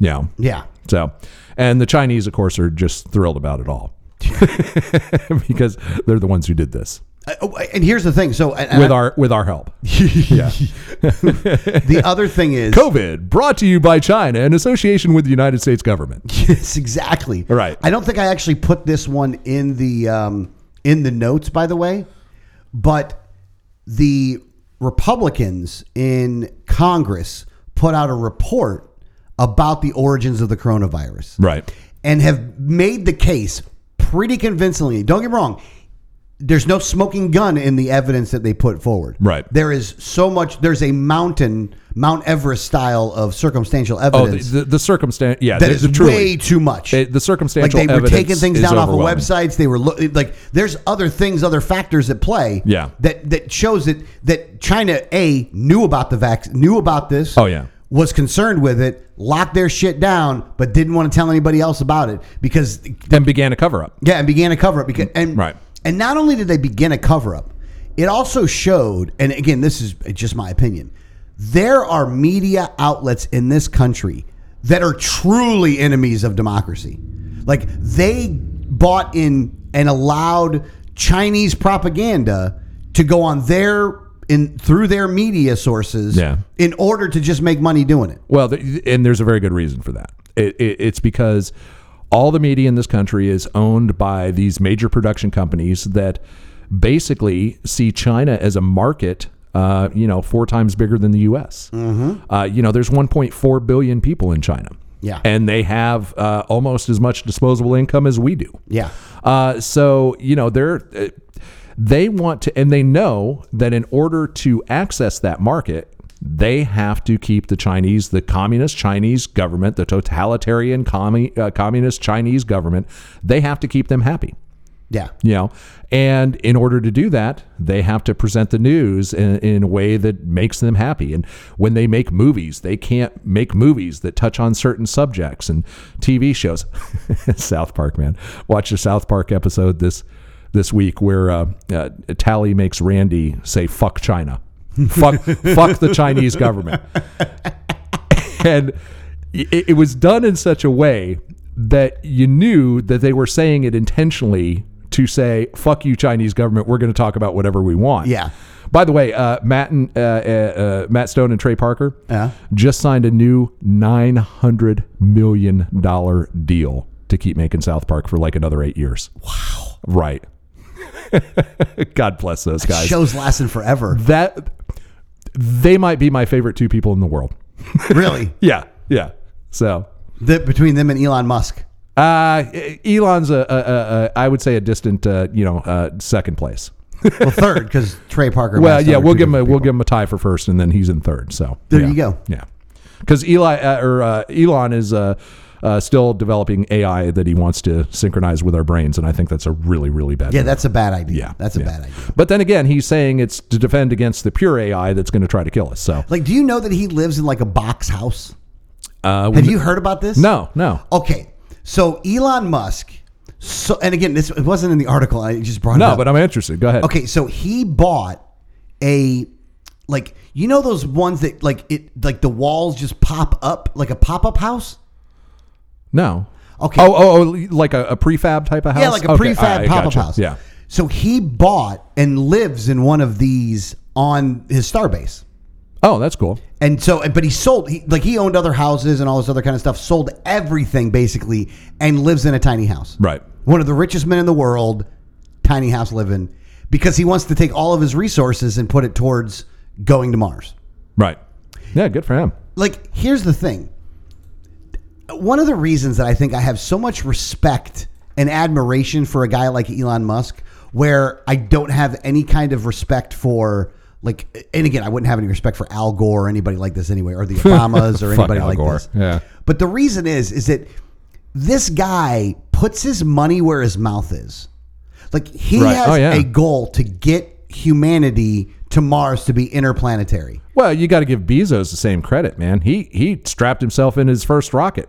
Yeah. yeah. So, and the Chinese, of course, are just thrilled about it all because they're the ones who did this Uh, oh, and here's the thing. So and- and with our with our help. the other thing is COVID brought to you by China in association with the United States government. Yes, exactly. Right. I don't think I actually put this one in the um, in the notes, by the way, but the Republicans in Congress put out a report about the origins of the coronavirus, Right. and have made the case pretty convincingly. Don't get me wrong. There's no smoking gun in the evidence that they put forward. Right. There is so much. There's a mountain, Mount Everest style of circumstantial Oh, the, evidence the, the circumstance. Yeah, that the- is truly. way too much. It- the circumstantial like they were evidence taking things is down off of overwhelming. websites. They were lo- like, there's other things, other factors at play. Yeah. that that shows that that China a knew about the vac knew about this. Oh, yeah. was concerned with it, locked their shit down, but didn't want to tell anybody else about it because Then began a cover up. yeah, and began a cover up because and Mm, Right. and not only did they begin a cover up, it also showed. And again, this is just my opinion. There are media outlets in this country that are truly enemies of democracy. Like they bought in and allowed Chinese propaganda to go on their in through their media sources Yeah. in order to just make money doing it. Well, th and there's a very good reason for that. It, it, it's because all the media in this country is owned by these major production companies that basically see China as a market. Uh, you know, four times bigger than the U.S. Uh, you know, there's 1.4 billion people in China. Mm-hmm. Yeah. and they have uh, almost as much disposable income as we do. Yeah. Uh, so you know they're uh, they want to, and they know that in order to access that market, they have to keep the Chinese, the communist Chinese government, the totalitarian commu- uh, communist Chinese government, they have to keep them happy. Yeah. You know, and in order to do that, they have to present the news in, in a way that makes them happy. And when they make movies, they can't make movies that touch on certain subjects and TV shows. South Park, man, watch the South Park episode this this week where uh, uh, Tally makes Randy say "fuck China," fuck fuck the Chinese government and it, it was done in such a way that you knew that they were saying it intentionally to say "fuck you, Chinese government." We're going to talk about whatever we want. Yeah. By the way, uh, Matt and uh, uh, uh, Matt Stone and Trey Parker Yeah. just signed a new nine hundred million dollar deal to keep making South Park for like another eight years. Wow. Right. God bless those guys. Shows lasting forever. That they might be my favorite two people in the world. really. Yeah. Yeah. So The, between them and Elon Musk. Uh, Elon's a, a, a, a I would say a distant, uh, you know, uh, second place. Well, third because Trey Parker. and Well, Matt yeah, Stone are we'll two give him a different we'll people. give him a tie for first, and then he's in third. So There yeah. you go. Yeah, because Eli uh, or uh, Elon is uh, uh, still developing AI that he wants to synchronize with our brains, and I think that's a really really bad. Yeah, move. that's a bad idea. yeah, that's a yeah. bad idea. But then again, he's saying it's to defend against the pure AI that's going to try to kill us. So Like, do you know that he lives in like a box house? uh, Have you Oh, heard about this? No, no. Okay, so Elon Musk. So, and again, this it wasn't in the article. I just brought it No, up. but I'm interested. Go ahead. okay, so he bought a like you know those ones that like it like the walls just pop up like a pop up house. No. Okay. Oh, oh, oh like a, a prefab type of house. Yeah, like a Okay, prefab I- I pop up gotcha. house. Yeah. So he bought and lives in one of these on his Starbase. Oh, that's cool. And so, but he sold, he, like he owned other houses and all this other kind of stuff, sold everything basically, and lives in a tiny house. Right. One of the richest men in the world, tiny house living, because he wants to take all of his resources and put it towards going to Mars. Right. Yeah, good for him. Like, here's the thing. One of the reasons that I think I have so much respect and admiration for a guy like Elon Musk, where I don't have any kind of respect for, like, and again, I wouldn't have any respect for Al Gore or anybody like this anyway, or the Obamas or Fuck anybody Al like Gore. this. Yeah. But the reason is, is that this guy puts his money where his mouth is. Like he Right. has Oh, yeah. a goal to get humanity to Mars to be interplanetary. Well, you got to give Bezos the same credit, man. He he strapped himself in his first rocket.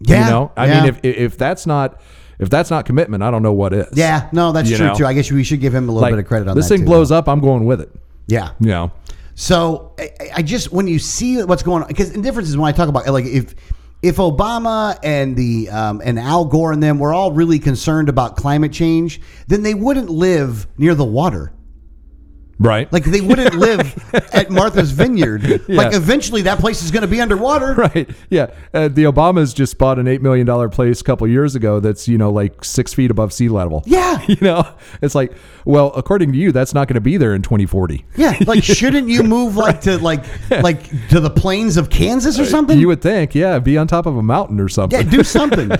Yeah, you know, I yeah. mean, if if that's not if that's not commitment, I don't know what is. yeah, no, that's You true know? too. I guess we should give him a little bit of credit on this that thing too. blows up. I'm going with it. Yeah, You know, So I, I just when you see what's going on, because the difference is when I talk about like if if Obama and the um, and Al Gore and them were all really concerned about climate change, then they wouldn't live near the water. right? Like they wouldn't live at Martha's Vineyard. Like Yeah. eventually that place is going to be underwater. right? Yeah. Uh, the Obamas just bought an eight million dollar place a couple years ago. That's you know like six feet above sea level. Yeah. You know, it's like, well, according to you, that's not going to be there in 2040. Yeah, like shouldn't you move like to like like to the plains of Kansas or something? Uh, You would think, yeah, be on top of a mountain or yeah, something. do something.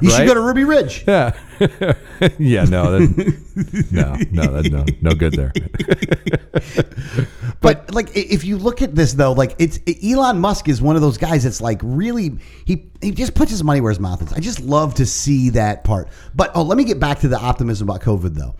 You should Right? go to Ruby Ridge. Yeah. Yeah, no, that, no, no, that, no, no good there. But like, i- if you look at this though, like it's Elon Musk is one of those guys that's like really he he just puts his money where his mouth is. I just love to see that part. But oh, let me get back to the optimism about COVID though.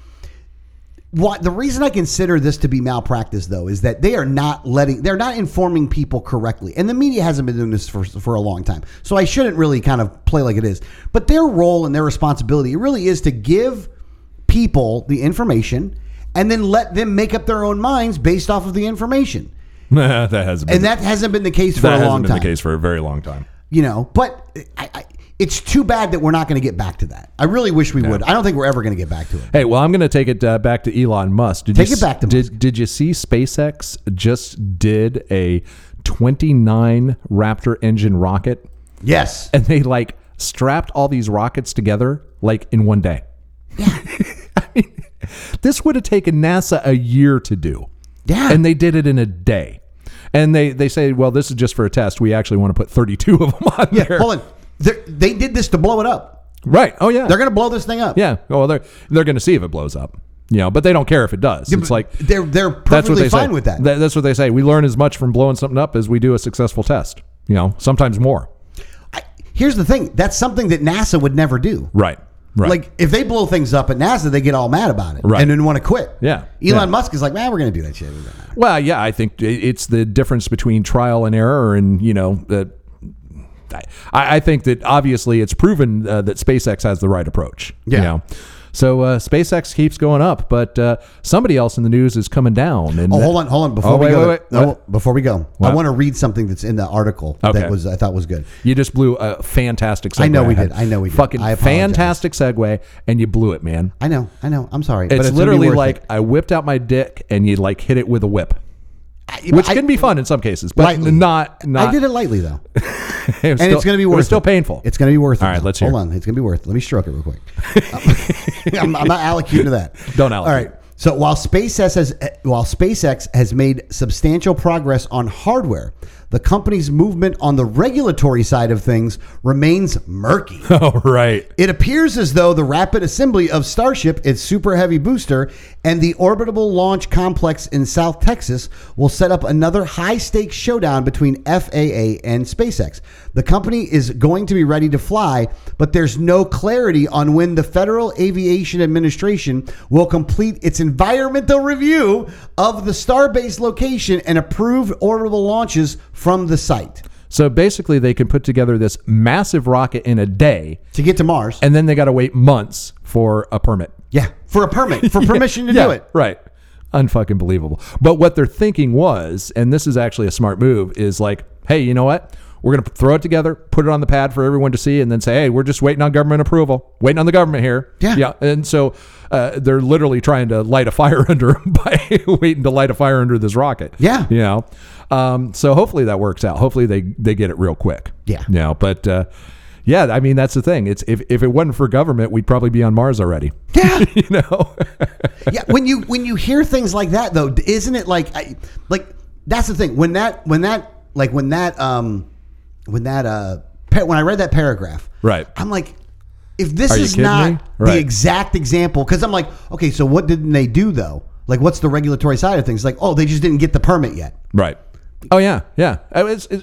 What the reason I consider this to be malpractice though is that they are not letting they're not informing people correctly, and the media hasn't been doing this for for a long time. So I shouldn't really kind of play like it is. But their role and their responsibility it really is to give people the information and then let them make up their own minds based off of the information. that hasn't been, And that hasn't been the case for that a hasn't long been time. the case for a very long time. You know, but I, I, it's too bad that we're not going to get back to that. I really wish we would. I don't think we're ever going to get back to it. Hey, well, I'm going to take it uh, back to Elon Musk. Did Take you, it back to did, Did you see SpaceX just did a 29 Raptor engine rocket? Yes. and they like strapped all these rockets together like in one day. I mean, this would have taken NASA a year to do. Yeah. And they did it in a day. And they, they say, well, this is just for a test. We actually want to put 32 of them on Yeah, there. hold on. They're, they did this to blow it up. Right. Oh, yeah. They're going to blow this thing up. yeah. Oh, well, they're, they're going to see if it blows up. You know, but they don't care if it does. it's like, They're they're perfectly that's what they fine say. with that. Tha- That's what they say. We learn as much from blowing something up as we do a successful test. You know, sometimes more. I, here's the thing. That's something that NASA would never do. Right. Right. Like if they blow things up at NASA, they get all mad about it Right. and then want to quit. Yeah. Elon Yeah. Musk is like, man, we're going to do that shit. Well, yeah, I think i- it's the difference between trial and error, and you know that. I, I think that obviously it's proven uh, that SpaceX has the right approach. you Yeah. know. So uh, SpaceX keeps going up, but uh, somebody else in the news is coming down. And Oh, hold on, hold on. Before Oh, we wait, go, wait, there- wait. no, What? before we go, I What? want to read something that's in the article Okay. that was I thought was good. You just blew a fantastic segue. I know we had. did. I know we did. Fucking I apologize. fantastic segue, and you blew it, man. I know, I know. I'm sorry. but It's, gonna be literally worth like it. I whipped out my dick, and you like hit it with a whip, I- which I- can be fun in some cases, but Lightly. not. Not. I did it lightly though, and it was still- it's going to be it worth. was still it. painful. It's going to be worth. it. All right, though. let's hear Hold it. on, it's going to be worth. it. Let me stroke it real quick. I'm, I'm not allocating to that. Don't All allocute. right. So while SpaceX has while SpaceX has made substantial progress on hardware, the company's movement on the regulatory side of things remains murky. Oh, right. It appears as though the rapid assembly of Starship, its super heavy booster, and the orbitable launch complex in South Texas will set up another high stakes showdown between FAA and SpaceX. The company is going to be ready to fly, but there's no clarity on when the Federal Aviation Administration will complete its environmental review of the Starbase location and approve orbital launches from the site. So basically, they can put together this massive rocket in a day, To get to Mars. and then they got to wait months for a permit. yeah, for a permit, for permission to Yeah, do it. Right. Unfucking believable. But what they're thinking was, and this is actually a smart move, is like, hey, you know what? We're going to throw it together, put it on the pad for everyone to see, and then say, hey, we're just waiting on government approval, waiting on the government here. Yeah. Yeah. And so uh, they're literally trying to light a fire under 'em by waiting to light a fire under this rocket. Yeah. You know? Um, so hopefully that works out. Hopefully they, they get it real quick. Yeah. You know, but uh, yeah, I mean, that's the thing. It's if, if it wasn't for government, we'd probably be on Mars already. Yeah. you know? yeah when you when you hear things like that though d- isn't it like I, like that's the thing when that when that like when that um when that uh pa- when i read that paragraph Right. i'm like if this Are you is kidding me? not the Right. exact example because i'm like okay so what didn't they do though like what's the regulatory side of things like oh they just didn't get the permit yet Right. Oh yeah, yeah. I- It's, it's,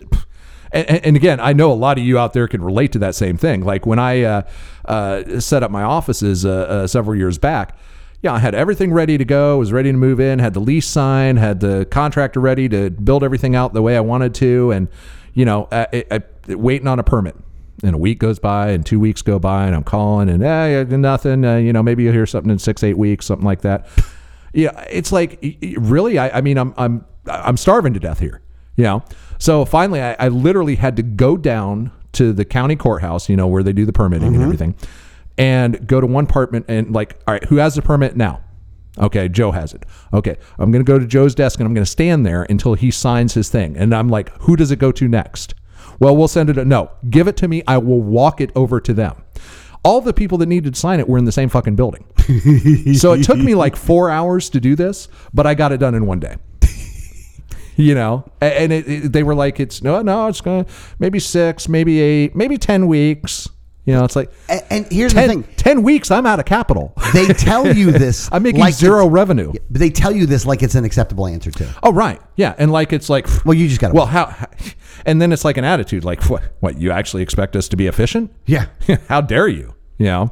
and, and- and again, I know a lot of you out there can relate to that same thing. Like when I uh, uh, set up my offices uh, uh, several years back, yeah, I had everything ready to go, was ready to move in, had the lease signed, had the contractor ready to build everything out the way I wanted to, and you know, uh, I, I, waiting on a permit. And a week goes by, and two weeks go by, and I'm calling, and eh, nothing. Uh, you know, maybe you'll hear something in six, eight weeks, something like that. Yeah, it's like y- y- really. I, I mean, I'm I'm I'm starving to death here. You know, so finally, I, I literally had to go down to the county courthouse. You know, where they do the permitting and everything, and go to one apartment and like, all right, who has the permit now? Okay, Joe has it. Okay, I'm gonna go to Joe's desk and I'm gonna stand there until he signs his thing. And I'm like, who does it go to next? Well, we'll send it. A, no, give it to me. I will walk it over to them. All the people that needed to sign it were in the same fucking building. so it took me like four hours to do this, but I got it done in one day. You know, A- and it, it- they were like, "It's no, no, it's gonna maybe six, maybe eight, maybe ten weeks." You know, it's like And, and here's the ten, thing: 10 weeks. I'm out of capital. they tell you this. I'm making like zero it's- revenue. But they tell you this like it's an acceptable answer too. Oh right, yeah, and like it's like Well, you just gotta well how, and then it's like an attitude like what what you actually expect us to be efficient? Yeah. how dare you? You know,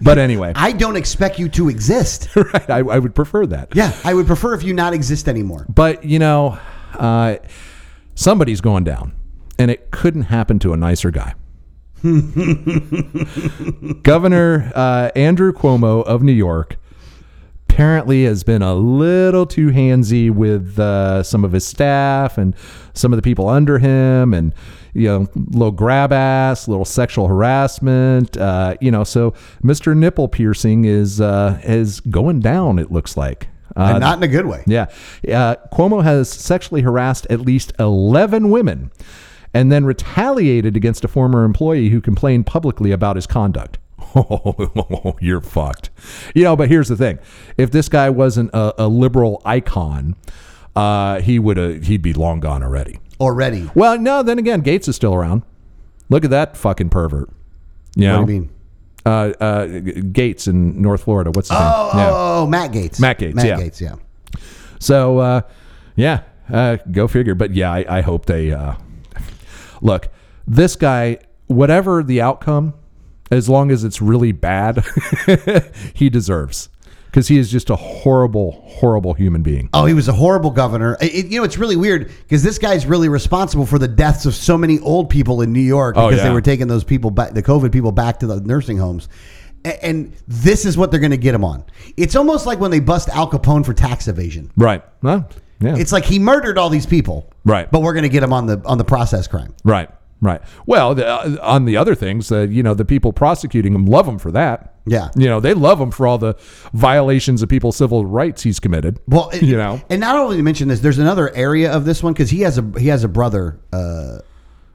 but anyway, I don't expect you to exist. right? I, I would prefer that. Yeah, I would prefer if you not exist anymore. But you know, uh, somebody's going down, and it couldn't happen to a nicer guy. Governor uh, Andrew Cuomo of New York apparently has been a little too handsy with uh, some of his staff and some of the people under him, and you know, little grab ass, little sexual harassment. Uh, you know, so Mr. Nipple Piercing is uh, is going down. It looks like. Uh, and not in a good way. yeah. Uh, Cuomo has sexually harassed at least 11 women and then retaliated against a former employee who complained publicly about his conduct. Oh, you're fucked. You know, but here's the thing if this guy wasn't a, a liberal icon, uh, he would uh, he'd be long gone already. Already. Well, no, then again, Gates is still around. Look at that fucking pervert. You know? What do you mean? Uh, uh, G- Gates in North Florida. What's his Oh, name? Yeah. oh, oh, Matt Gates. Matt Gates, Matt yeah. Gates. Yeah. So uh, yeah, uh, go figure. But yeah, I, I hope they uh, look. This guy, whatever the outcome, as long as it's really bad, he deserves because he is just a horrible, horrible human being. Oh, he was a horrible governor. It- it- you know, it's really weird because this guy's really responsible for the deaths of so many old people in New York Oh, because they yeah. were taking those people back, the COVID people back to the nursing homes. A- And this is what they're going to get him on. It's almost like when they bust Al Capone for tax evasion. Right? Well, yeah. It's like he murdered all these people, Right. But we're going to get him on the on the process crime. right. Right. Well, the, uh, on the other things, uh, you know, the people prosecuting him love him for that. Yeah. You know, they love him for all the violations of people's civil rights he's committed. Well, it- you know. and not only to mention this, there's another area of this one because he has a he has a brother uh,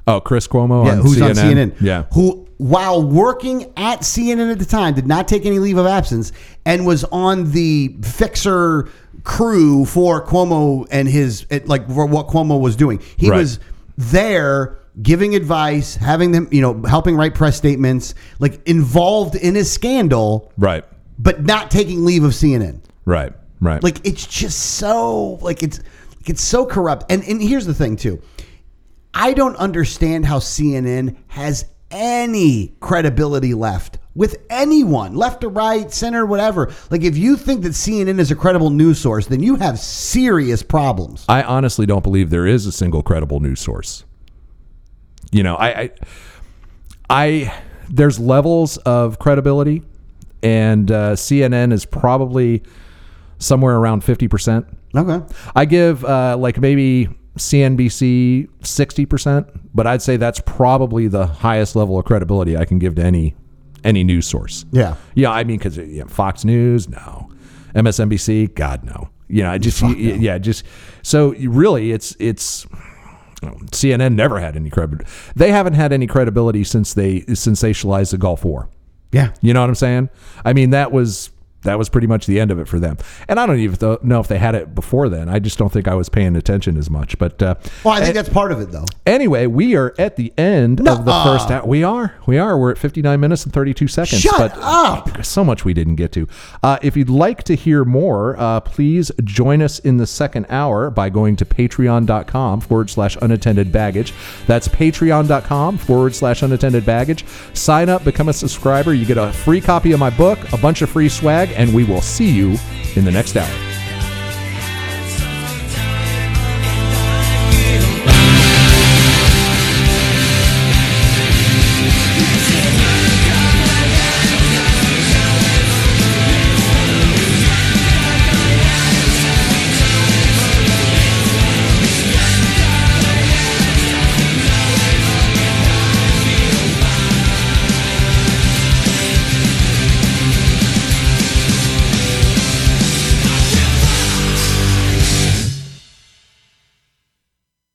Oh, Chris Cuomo yeah, on who's CNN. on CNN. Yeah. Who, while working at CNN at the time, did not take any leave of absence and was on the fixer crew for Cuomo and his, it- like, for what Cuomo was doing. He Right. was there giving advice, having them, you know, helping write press statements, like involved in his scandal, Right. but not taking leave of CNN. Right. Right. Like it's just so like it's it's so corrupt. And and here's the thing too. I don't understand how CNN has any credibility left with anyone, left to right, center, whatever. Like if you think that CNN is a credible news source, then you have serious problems. I honestly don't believe there is a single credible news source. You know, I, I, I there's levels of credibility, and uh, CNN is probably somewhere around fifty percent. Okay. I give uh, like maybe CNBC sixty percent, but I'd say that's probably the highest level of credibility I can give to any any news source. Yeah. Yeah, I mean, because Fox News, no, MSNBC, God, no. You know, I just, y- y- yeah, just so you really, it's it's you know, CNN never had any credibility. They haven't had any credibility since they sensationalized the Gulf War. Yeah. You know what I'm saying? I mean, that was that was pretty much the end of it for them. And I don't even tho- know if they had it before then. I just don't think I was paying attention as much. But uh, Well, I think that's part of it, though. anyway, we are at the end of the Nuh-uh. first hour. We are. We are. We're at 59 minutes and 32 seconds. Shut but uh, up! so much we didn't get to. Uh, if you'd like to hear more, uh, please join us in the second hour by going to patreon.com forward slash unattended baggage. That's patreon.com forward slash unattended baggage. Sign up, become a subscriber. You get a free copy of my book, a bunch of free swag, and we will see you in the next hour.